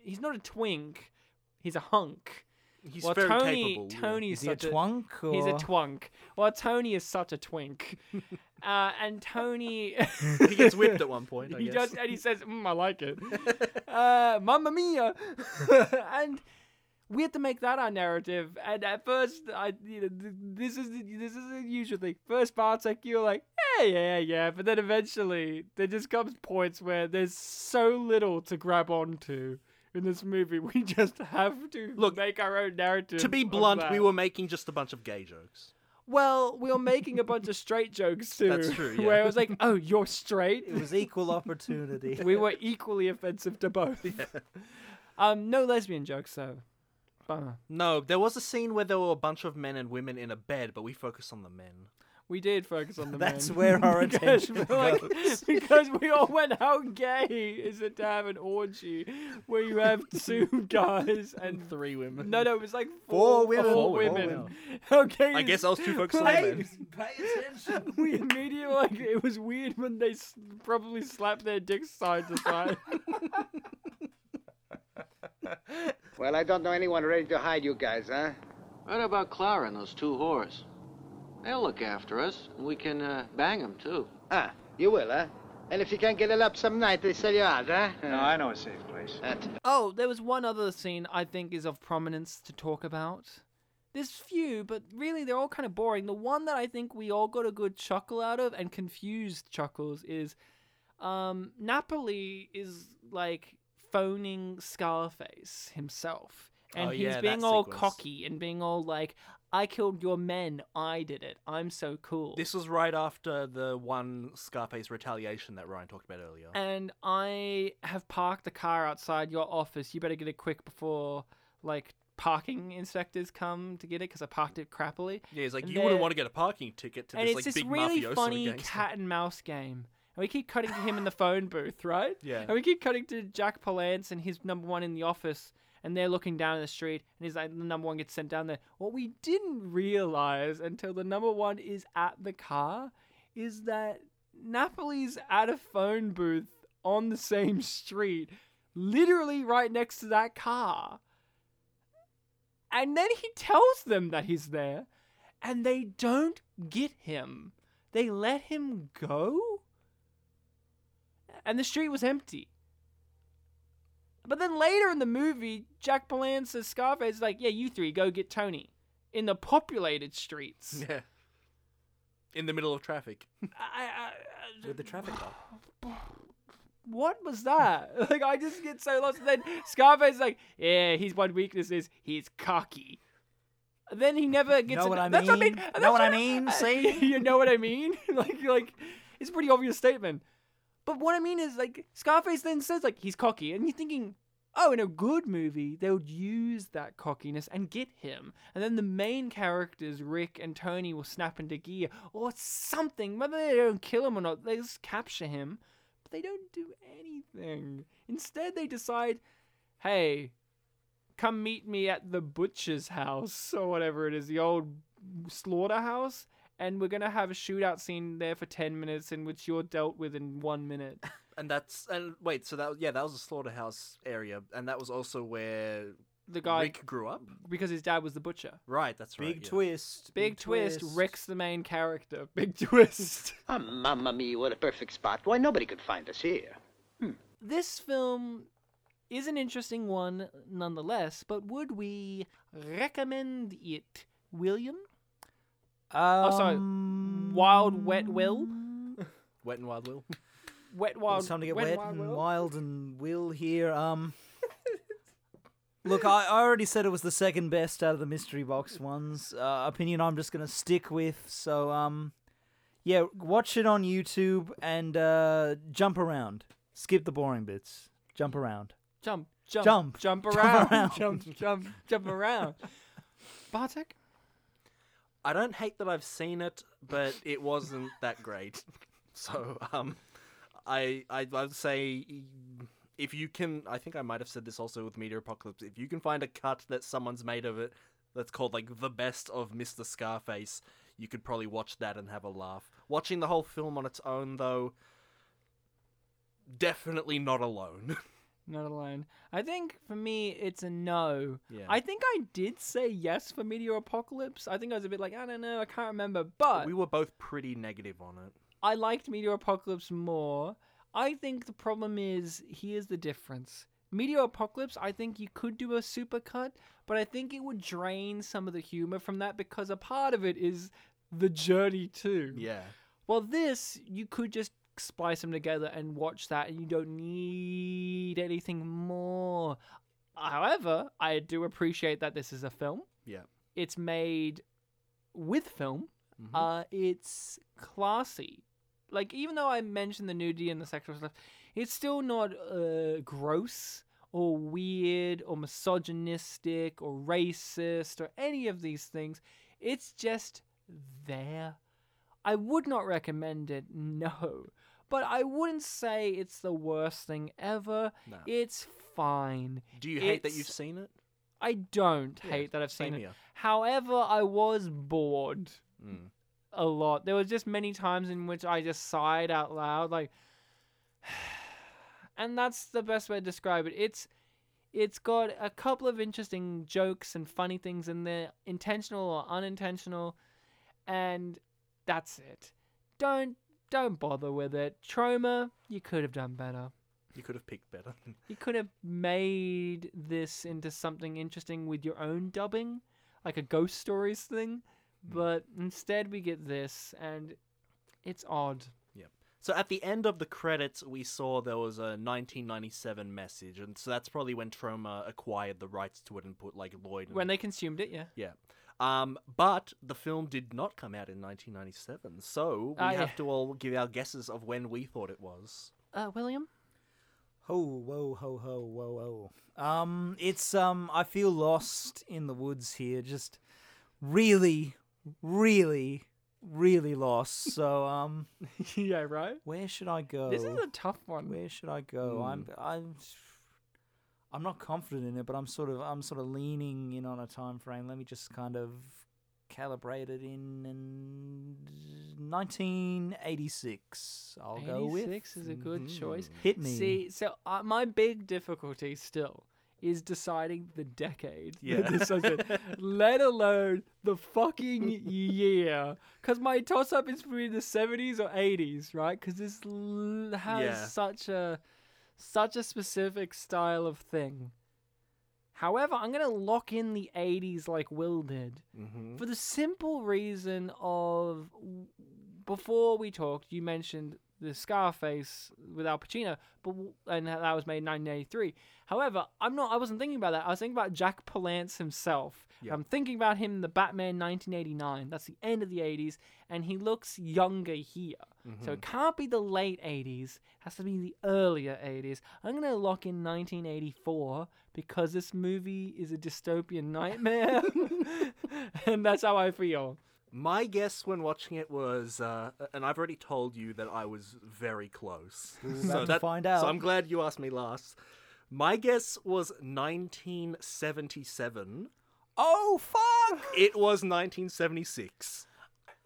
Speaker 2: he's not a twink. He's a hunk.
Speaker 3: He's
Speaker 2: Well,
Speaker 3: very
Speaker 2: Tony-
Speaker 3: capable. yeah.
Speaker 2: Tony's
Speaker 4: Is he a
Speaker 2: such
Speaker 4: twunk?
Speaker 2: He's a
Speaker 4: or-
Speaker 2: twunk. Well, Tony is such a twink. uh, and Tony.
Speaker 3: he gets whipped at one point. I
Speaker 2: he
Speaker 3: guess.
Speaker 2: does, and he says, mm, "I like it." uh, Mamma mia! and we had to make that our narrative. And at first, I, you know, th- this is the- this is the usual thing. First, Bartek, you're like, "Yeah, yeah, yeah," but then eventually, there just comes points where there's so little to grab onto. In this movie, we just have to
Speaker 3: Look,
Speaker 2: make our own narrative.
Speaker 3: To be
Speaker 2: of
Speaker 3: blunt, we
Speaker 2: that.
Speaker 3: were making just a bunch of gay jokes.
Speaker 2: Well, we were making a bunch of straight jokes too.
Speaker 3: That's true, yeah.
Speaker 2: Where it was like, oh, you're straight.
Speaker 4: It was equal opportunity.
Speaker 2: we were equally offensive to both. Um, no lesbian jokes though. Bummer.
Speaker 3: No, there was a scene where there were a bunch of men and women in a bed, but we focused on the men.
Speaker 2: We did focus on the
Speaker 4: That's
Speaker 2: men.
Speaker 4: where our
Speaker 2: Because we're
Speaker 4: attention
Speaker 2: like-
Speaker 4: goes.
Speaker 2: because we all went, how gay is it to have an orgy where you have two guys and
Speaker 3: Three women.
Speaker 2: no, no, it was like
Speaker 4: Four
Speaker 2: four,
Speaker 4: women.
Speaker 2: Four
Speaker 4: Four
Speaker 2: women.
Speaker 4: women.
Speaker 2: Okay.
Speaker 3: I guess I was too focused on the
Speaker 2: Right.
Speaker 3: men.
Speaker 4: Pay attention.
Speaker 2: we immediately like it was weird when they s- probably slapped their dicks side to side.
Speaker 6: Well, I don't know anyone ready to hide you guys, huh?
Speaker 8: What about Clara and those two whores? They'll look after us. and We can uh, bang them, too.
Speaker 6: Ah, you will, huh? And if you can't get it up some night, they sell you out, huh?
Speaker 5: No, I know a safe place.
Speaker 6: That-
Speaker 2: Oh, there was one other scene I think is of prominence to talk about. There's few, but really they're all kind of boring. The one that I think we all got a good chuckle out of and confused chuckles is um, Napoli is like phoning Scarface himself. And
Speaker 3: Oh,
Speaker 2: he's
Speaker 3: yeah,
Speaker 2: being
Speaker 3: that
Speaker 2: all
Speaker 3: sequence.
Speaker 2: cocky and being all like, I killed your men, I did it, I'm so cool.
Speaker 3: This was right after the one Scarface retaliation that Ryan talked about earlier.
Speaker 2: and I have parked the car outside your office. You better get it quick before like parking inspectors come to get it because I parked it crappily.
Speaker 3: yeah, he's like,
Speaker 2: and
Speaker 3: you wouldn't
Speaker 2: there-
Speaker 3: want to get a parking ticket to
Speaker 2: and
Speaker 3: this
Speaker 2: it's
Speaker 3: like
Speaker 2: this
Speaker 3: big
Speaker 2: really
Speaker 3: mafioso
Speaker 2: funny
Speaker 3: gangster.
Speaker 2: cat and mouse game. And we keep cutting to him in the phone booth, right?
Speaker 3: Yeah.
Speaker 2: And we keep cutting to Jack Palance and his number one in the office, and they're looking down the street, and he's like, the number one gets sent down there. What we didn't realize until the number one is at the car is that Napoli's at a phone booth on the same street, literally right next to that car. And then he tells them that he's there, and they don't get him. They let him go? And the street was empty. But then later in the movie, Jack Palance says Scarface is like, yeah, you three, go get Tony. In the populated streets.
Speaker 3: Yeah. In the middle of traffic.
Speaker 2: I, I, I,
Speaker 4: With the traffic up.
Speaker 2: what was that? Like, I just get so lost. And then Scarface is like, yeah, his one weakness is he's cocky. And then he never gets.
Speaker 4: Know what I
Speaker 2: That's
Speaker 4: mean?
Speaker 2: and
Speaker 4: Know
Speaker 2: that's
Speaker 4: what I mean?
Speaker 2: uh,
Speaker 4: See?
Speaker 2: you know what I mean? like, like, it's a pretty obvious statement. But what I mean is, like, Scarface then says, like, he's cocky, and you're thinking, oh, in a good movie, they would use that cockiness and get him. And then the main characters, Rick and Tony, will snap into gear or something. Whether they don't kill him or not, they just capture him. But they don't do anything. Instead, they decide, hey, come meet me at the butcher's house or whatever it is, the old slaughterhouse. And we're gonna have a shootout scene there for ten minutes, in which you're dealt with in one minute.
Speaker 3: And that's and wait, so that yeah, that was a slaughterhouse area, and that was also where
Speaker 2: The guy-
Speaker 3: Rick grew up.
Speaker 2: because his dad was the butcher.
Speaker 3: Right, that's right.
Speaker 4: Big
Speaker 3: yeah.
Speaker 4: twist.
Speaker 2: Big, twist, Rick's the main character. Big twist.
Speaker 6: Oh, mamma mia, what a perfect spot. Why, nobody could find us here. Hmm.
Speaker 2: this film is an interesting one nonetheless, but would we recommend it, William? oh, sorry. Wild Wet Will?
Speaker 3: Wet and Wild Will.
Speaker 2: Wet Wild
Speaker 4: it's time to get
Speaker 2: Wet
Speaker 4: wet,
Speaker 2: Wild
Speaker 4: and
Speaker 2: Will?
Speaker 4: wild and will here. Um, look, I, I already said it was the second best out of the mystery box ones. Uh, opinion I'm just gonna stick with. So um, yeah, watch it on YouTube and uh, jump around. Skip the boring bits. Jump around.
Speaker 2: Jump, jump,
Speaker 4: Jump.
Speaker 2: jump
Speaker 4: Jump
Speaker 2: around,
Speaker 4: around.
Speaker 2: jump, jump, jump around. Bartek?
Speaker 3: I don't hate that I've seen it, but it wasn't that great. So, um, I I'd, I'd say if you can, I think I might have said this also with Meteor Apocalypse. If you can find a cut that someone's made of it that's called like the best of Mister Scarface, you could probably watch that and have a laugh. Watching the whole film on its own, though, definitely not alone.
Speaker 2: Not alone. I think for me, it's a no.
Speaker 3: Yeah.
Speaker 2: I think I did say yes for Meteor Apocalypse. I think I was a bit like, I don't know, I can't remember. But
Speaker 3: we were both pretty negative on it.
Speaker 2: I liked Meteor Apocalypse more. I think the problem is here's the difference. Meteor Apocalypse, I think you could do a supercut, but I think it would drain some of the humor from that because a part of it is the journey too.
Speaker 3: Yeah.
Speaker 2: Well, this you could just splice them together and watch that, and you don't need anything more. However, I do appreciate that this is a film.
Speaker 3: Yeah.
Speaker 2: It's made with film.
Speaker 3: Mm-hmm.
Speaker 2: Uh, it's classy. Like even though I mentioned the nudity and the sexual stuff, it's still not uh, gross or weird or misogynistic or racist or any of these things. It's just there. I would not recommend it, no. But I wouldn't say it's the worst thing ever.
Speaker 3: No.
Speaker 2: It's fine.
Speaker 3: Do you hate that you've
Speaker 2: It's-
Speaker 3: seen it?
Speaker 2: I don't
Speaker 3: Yeah,
Speaker 2: hate that I've seen
Speaker 3: same
Speaker 2: it.
Speaker 3: here.
Speaker 2: However, I was bored
Speaker 3: Mm.
Speaker 2: a lot. There was just many times in which I just sighed out loud, like, and that's the best way to describe it. It's it's got a couple of interesting jokes and funny things in there, intentional or unintentional, and that's it. Don't don't bother with it. Trauma, you could have done better.
Speaker 3: You could have picked better.
Speaker 2: You could have made this into something interesting with your own dubbing, like a ghost stories thing,
Speaker 4: Hmm.
Speaker 2: but instead we get this, and it's odd.
Speaker 3: Yep. So at the end of the credits, we saw there was a 1997 message, and so that's probably when Troma acquired the rights to it and put like
Speaker 4: Hmm.
Speaker 3: Lloyd. And,
Speaker 2: When they consumed it, yeah.
Speaker 3: yeah. Um, but the film did not come out in 1997, so we
Speaker 2: Ah,
Speaker 3: have
Speaker 2: yeah.
Speaker 3: to all give our guesses of when we thought it was.
Speaker 2: Uh, William?
Speaker 4: Ho whoa ho ho whoa whoa. Um, it's um, I feel lost in the woods here. Just really, really, really lost. So um,
Speaker 2: yeah, right?
Speaker 4: where should I go?
Speaker 2: This is a Hmm. tough one.
Speaker 4: Where should I go? I'm I'm I'm not confident in it, but I'm sort of I'm sort of leaning in on a time frame. Let me just kind of calibrate it in and 1986. I'll go with. hmm.
Speaker 2: 86 is a good choice.
Speaker 4: Hit me.
Speaker 2: See, so uh, my big difficulty still is deciding the decade. that
Speaker 3: Yeah.
Speaker 2: this was in, let alone the fucking year. Because my toss up is between the 70s or 80s, right? Because this l- has
Speaker 3: Yeah.
Speaker 2: such a such a specific style of thing. However, I'm going to lock in the 80s like Will did
Speaker 3: Mm-hmm.
Speaker 2: for the simple reason of w- before we talked, you mentioned the Scarface with Al Pacino, but w- and that was made in 1983. However, I'm not. I wasn't thinking about that. I was thinking about Jack Palance himself.
Speaker 3: Yeah.
Speaker 2: I'm thinking about him in the Batman 1989. That's the end of the 80s, and he looks younger here. So
Speaker 12: Mhm.
Speaker 2: it can't be the late 80s, has to be the earlier 80s. I'm going to lock in 1984 because this movie is a dystopian nightmare. and that's how I feel.
Speaker 3: My guess when watching it was, uh, and I've already told you that I was very close.
Speaker 4: We were about to find out.
Speaker 3: So I'm glad you asked me last. My guess was 1977.
Speaker 4: Oh fuck!
Speaker 3: It was 1976.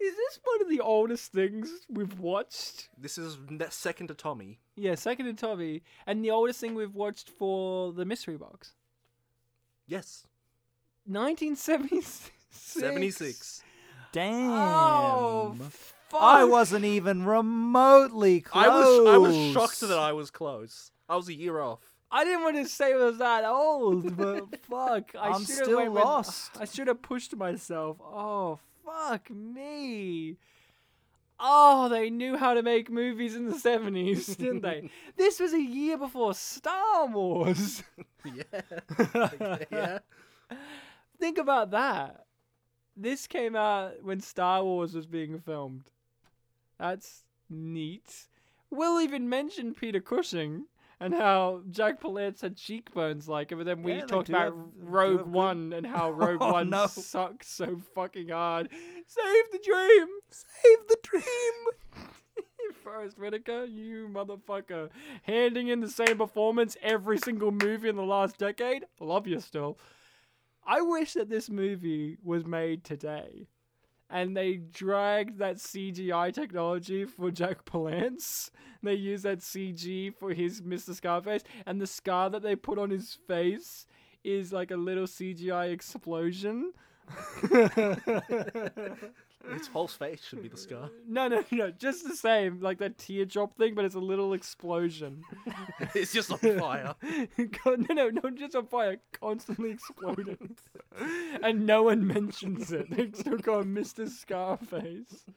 Speaker 2: Is this one of the oldest things we've watched?
Speaker 3: This is ne- second to Tommy.
Speaker 2: Yeah, second to Tommy. And the oldest thing we've watched for the mystery box.
Speaker 3: Yes.
Speaker 2: 1976.
Speaker 3: 76.
Speaker 4: Damn.
Speaker 2: Oh,
Speaker 4: I
Speaker 2: fuck.
Speaker 4: wasn't even remotely close.
Speaker 3: I was I was shocked that I was close. I was a year off.
Speaker 2: I didn't want to say it was that old, but fuck, I
Speaker 4: I'm
Speaker 2: should
Speaker 4: still
Speaker 2: have
Speaker 4: lost.
Speaker 2: I should have pushed myself. Oh fuck me. Oh, they knew how to make movies in the seventies, didn't they? this was a year before Star Wars.
Speaker 3: yeah. yeah.
Speaker 2: Think about that. This came out when Star Wars was being filmed. That's neat. Will even mentioned Peter Cushing and how Jack Palance had cheekbones like it, but then we
Speaker 4: Yeah, they
Speaker 2: talked
Speaker 4: do
Speaker 2: about
Speaker 4: have- do
Speaker 2: Rogue
Speaker 4: have good-
Speaker 2: One and how Rogue
Speaker 4: Oh,
Speaker 2: One
Speaker 4: no.
Speaker 2: sucks so fucking hard. Save the dream!
Speaker 4: Save the dream!
Speaker 2: Forrest Whitaker, you motherfucker. Handing in the same performance every single movie in the last decade? Love you still. I wish that this movie was made today and they dragged that CGI technology for Jack Palance. They used that CG for his Mr. Scarface, and the scar that they put on his face is like a little CGI explosion.
Speaker 3: His whole face should be the scar.
Speaker 2: No, no, no, just the same, like that teardrop thing, but it's a little explosion.
Speaker 3: it's just on fire.
Speaker 2: Go- no, no, no, just on fire, constantly exploding. and no one mentions it. They still call him Mr. Scarface.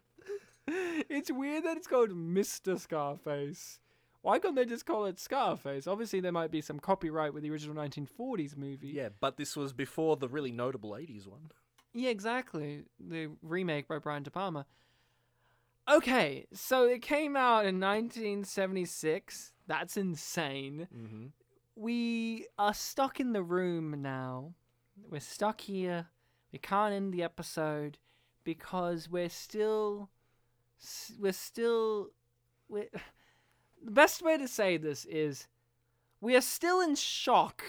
Speaker 2: It's weird that it's called Mr. Scarface. Why can't they just call it Scarface? Obviously, there might be some copyright with the original 1940s movie.
Speaker 3: Yeah, but this was before the really notable 80s one.
Speaker 2: Yeah, exactly. The remake by Brian De Palma. Okay, so it came out in 1976. That's insane.
Speaker 3: Mm-hmm.
Speaker 2: We are stuck in the room now. We're stuck here. We can't end the episode because we're still s- we're still we're, the best way to say this is we are still in shock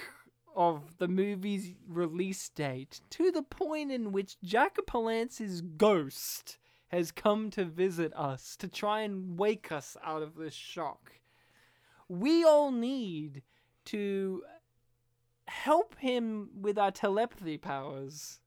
Speaker 2: of the movie's release date to the point in which Jack Palance's ghost has come to visit us to try and wake us out of this shock. We all need to help him with our telepathy powers.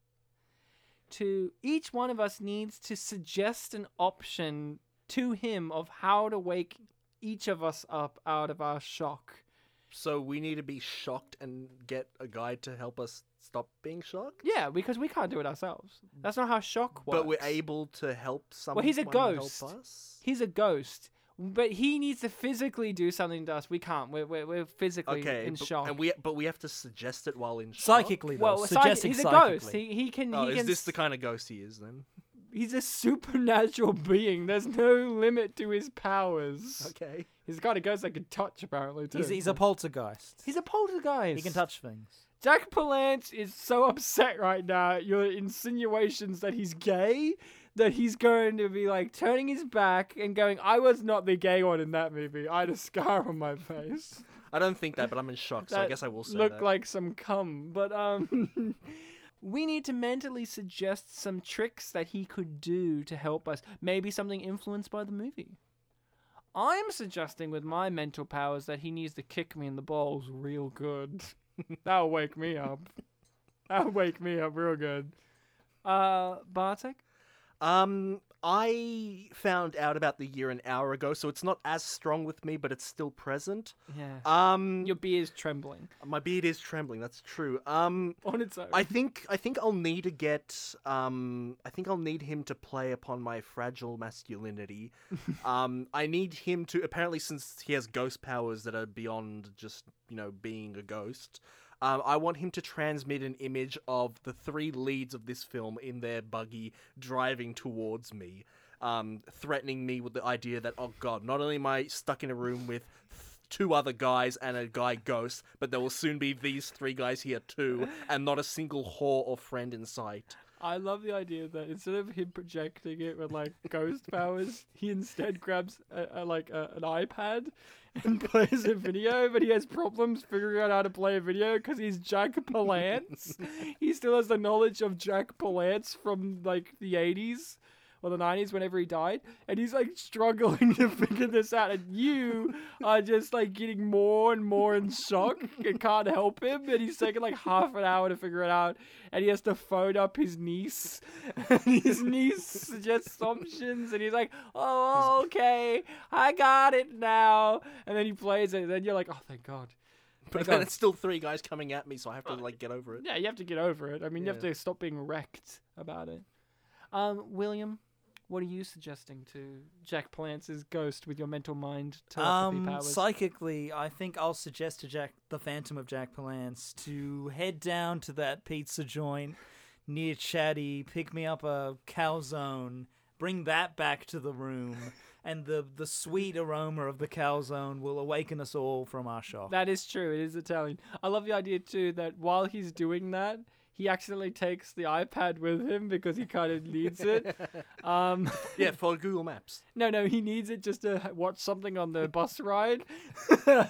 Speaker 2: To each one of us needs to suggest an option to him of how to wake each of us up out of our shock.
Speaker 3: So we need to be shocked and get a guide to help us stop being shocked?
Speaker 2: Yeah, because we can't do it ourselves. That's not how shock works.
Speaker 3: But we're able to help someone
Speaker 2: Well, he's a ghost.
Speaker 3: help us?
Speaker 2: He's a ghost, but he needs to physically do something to us. We can't. We're we're, we're physically
Speaker 3: Okay,
Speaker 2: in
Speaker 3: but,
Speaker 2: shock.
Speaker 3: and we but we have to suggest it while in shock.
Speaker 4: Psychically, though.
Speaker 2: Well, psychic-
Speaker 4: suggesting
Speaker 2: he's a
Speaker 4: psychically.
Speaker 2: ghost. He he can.
Speaker 3: Oh,
Speaker 2: he
Speaker 3: is
Speaker 2: can
Speaker 3: this the kind of ghost he is then?
Speaker 2: he's a supernatural being. There's no limit to his powers.
Speaker 3: Okay.
Speaker 2: He's got a ghost that can touch apparently too.
Speaker 4: He's, he's a poltergeist.
Speaker 2: He's a poltergeist.
Speaker 4: He can touch things.
Speaker 2: Jack Palance is so upset right now. at Your insinuations that he's gay, that he's going to be like turning his back and going, "I was not the gay one in that movie. I had a scar on my face."
Speaker 3: I don't think that, but I'm in shock, so I
Speaker 2: That
Speaker 3: guess I will say
Speaker 2: look
Speaker 3: that.
Speaker 2: like some cum, but um, we need to mentally suggest some tricks that he could do to help us. Maybe something influenced by the movie. I'm suggesting with my mental powers that he needs to kick me in the balls real good. That'll wake me up. That'll wake me up real good. Uh, Bartek.
Speaker 3: Um, I found out about the year an hour ago, so it's not as strong with me, but it's still present.
Speaker 2: Yeah.
Speaker 3: Um,
Speaker 2: Your beard's trembling
Speaker 3: my beard is trembling. That's true. Um,
Speaker 2: on its own.
Speaker 3: I think I think I'll need to get um I think I'll need him to play upon my fragile masculinity. um I need him to apparently since he has ghost powers that are beyond just, you know, being a ghost. Um, I want him to transmit an image of the three leads of this film in their buggy driving towards me. um, threatening me with the idea that oh god, not only am I stuck in a room with two other guys and a guy ghost, but there will soon be these three guys here too, and not a single whore or friend in sight.
Speaker 2: I love the idea that instead of him projecting it with like ghost powers, he instead grabs a, a, like a, an iPad and plays a video. But he has problems figuring out how to play a video because he's Jack Palance. he still has the knowledge of Jack Palance from like the eighties or the nineties, whenever he died, and he's like struggling to figure this out. And you are just like getting more and more in shock and can't help him. And he's taking like half an hour to figure it out, and he has to phone up his niece, and his niece suggests options, and he's like, "Oh, okay, I got it now." And then he plays it, and then you're like, "Oh, thank God."
Speaker 3: But
Speaker 2: Thank
Speaker 3: then
Speaker 2: God.
Speaker 3: it's still three guys coming at me, so I have to like get over it.
Speaker 2: Yeah, you have to get over it. I mean, you have
Speaker 3: Yeah.
Speaker 2: to stop being wrecked about it. Um, William, what are you suggesting to Jack Palance's ghost with your mental mind telepathy
Speaker 4: um,
Speaker 2: powers?
Speaker 4: Psychically, I think I'll suggest to Jack, the Phantom of Jack Palance, to head down to that pizza joint near Chatty, pick me up a calzone, bring that back to the room, and the, the sweet aroma of the calzone will awaken us all from our shock.
Speaker 2: that is true. It is Italian. I love the idea too that while he's doing that, he accidentally takes the iPad with him because he kind of needs it. Um,
Speaker 3: yeah, for Google Maps.
Speaker 2: No, no, he needs it just to watch something on the bus ride.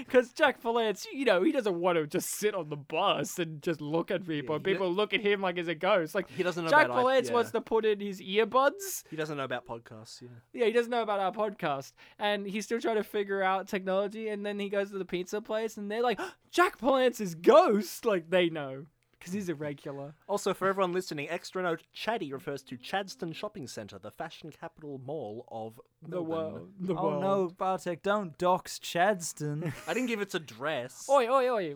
Speaker 2: Because Jack Palance, you know, he doesn't want to just sit on the bus and just look at people.
Speaker 3: he
Speaker 2: people look at him like he's a ghost. Like
Speaker 3: He doesn't know
Speaker 2: Jack
Speaker 3: about
Speaker 2: Palance
Speaker 3: iP-
Speaker 2: wants
Speaker 3: yeah.
Speaker 2: to put in his earbuds.
Speaker 3: He doesn't know about podcasts. Yeah.
Speaker 2: Yeah, he doesn't know about our podcast, and he's still trying to figure out technology. And then he goes to the pizza place, and they're like, "Jack Palance's ghost." Like they know because he's a regular.
Speaker 3: Also, for everyone listening, extra note: Chatty refers to Chadston Shopping Centre, the fashion capital mall of
Speaker 4: The
Speaker 3: Melbourne.
Speaker 4: world. oh no, Bartek, don't dox Chadston.
Speaker 3: I didn't give its address.
Speaker 2: Oi, oi, oi!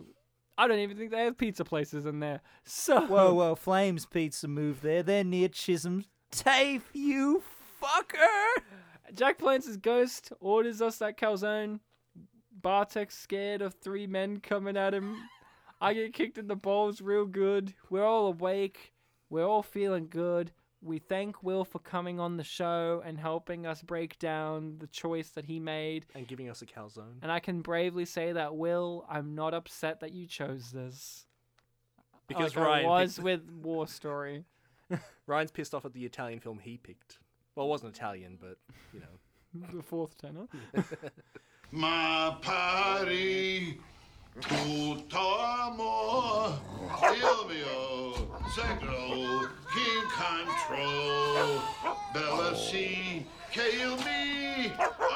Speaker 2: I don't even think they have pizza places in there. So
Speaker 4: whoa, whoa, Flames Pizza move there. They're near Chisholm's Tafe, you fucker!
Speaker 2: Jack Palance's ghost orders us that calzone. Bartek's scared of three men coming at him. I get kicked in the balls real good. We're all awake. We're all feeling good. We thank Will for coming on the show and helping us break down the choice that he made.
Speaker 3: And giving us a calzone.
Speaker 2: And I can bravely say that, Will, I'm not upset that you chose this.
Speaker 3: Because
Speaker 2: like
Speaker 3: Ryan
Speaker 2: I Oh, was
Speaker 3: picked-
Speaker 2: with War Story.
Speaker 3: Ryan's pissed off at the Italian film he picked. Well, it wasn't Italian, but you
Speaker 2: Uh,
Speaker 3: know.
Speaker 2: the fourth tenor.
Speaker 12: Ma pari tutt'amo Silvio Segro in control Bella C K U B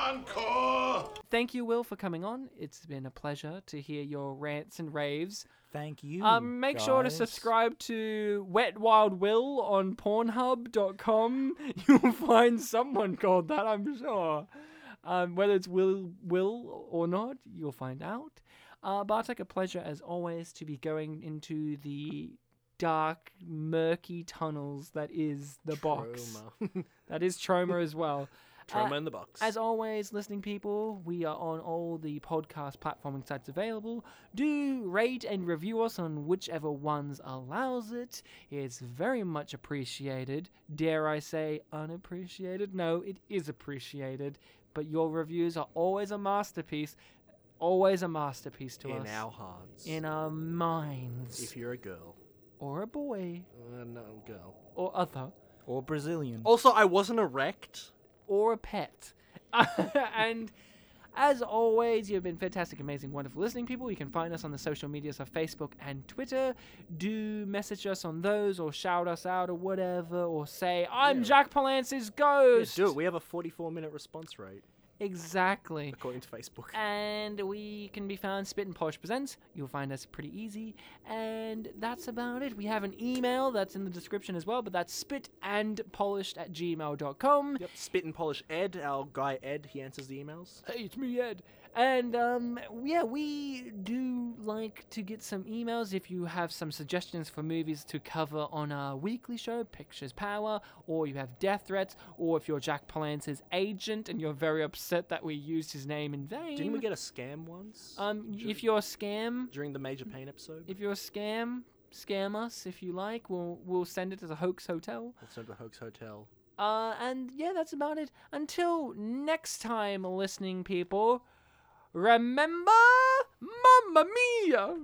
Speaker 12: encore
Speaker 2: Thank you, Will, for coming on. It's been a pleasure to hear your rants and raves.
Speaker 4: Thank you.
Speaker 2: Um, make sure to
Speaker 4: guys.
Speaker 2: subscribe to Wet Wild Will on Pornhub.com. You'll find someone called that, I'm sure. Um, whether it's Will Will or not, you'll find out. Uh, Bartek, a pleasure as always to be going into the dark, murky tunnels that is the box.
Speaker 3: Trauma.
Speaker 2: that is trauma as well.
Speaker 3: Trauma
Speaker 2: Uh,
Speaker 3: in the box.
Speaker 2: As always, listening people, we are on all the podcast platforming sites available. Do rate and review us on whichever ones allows it. It's very much appreciated. Dare I say unappreciated? No, it is appreciated. But your reviews are always a masterpiece. Always a masterpiece to
Speaker 3: In
Speaker 2: us.
Speaker 3: our hearts.
Speaker 2: In our minds.
Speaker 3: If you're a girl.
Speaker 2: or a boy.
Speaker 3: Uh, no, girl.
Speaker 2: Or other.
Speaker 4: Or
Speaker 2: Mm.
Speaker 4: Brazilian.
Speaker 3: Also, I wasn't erect.
Speaker 2: or a pet. and as always, you've been fantastic, amazing, wonderful listening people. You can find us on the social medias of Facebook and Twitter. Do message us on those or shout us out or whatever or say, I'm Jack Palance's
Speaker 3: Yeah,
Speaker 2: ghost.
Speaker 3: do it. We have a 44 minute response rate,
Speaker 2: Exactly.
Speaker 3: according to Facebook.
Speaker 2: Um, And we can be found Spit and Polish Presents. You'll find us pretty easy. And that's about it. We have an email that's in the description as well, but that's spit and polished at gmail.com.
Speaker 3: Yep. Spit and polish Ed, our guy Ed, he answers the emails.
Speaker 2: Hey, it's me, Ed. And um, yeah, we do like to get some emails if you have some suggestions for movies to cover on our weekly show, Pictures Power, or you have death threats, or if you're Jack Palance's agent and you're very upset that we used his name in vain.
Speaker 3: Didn't we get a scam once?
Speaker 2: Um,
Speaker 3: Dur-
Speaker 2: if you're a scam,
Speaker 3: during the Major Pain episode?
Speaker 2: if you're a scam, scam us if you like. We'll we'll send it to the Hoax Hotel.
Speaker 3: Let's go to the Hoax Hotel.
Speaker 2: Uh, and yeah, that's about it. Until next time, listening people, remember Mamma Mia!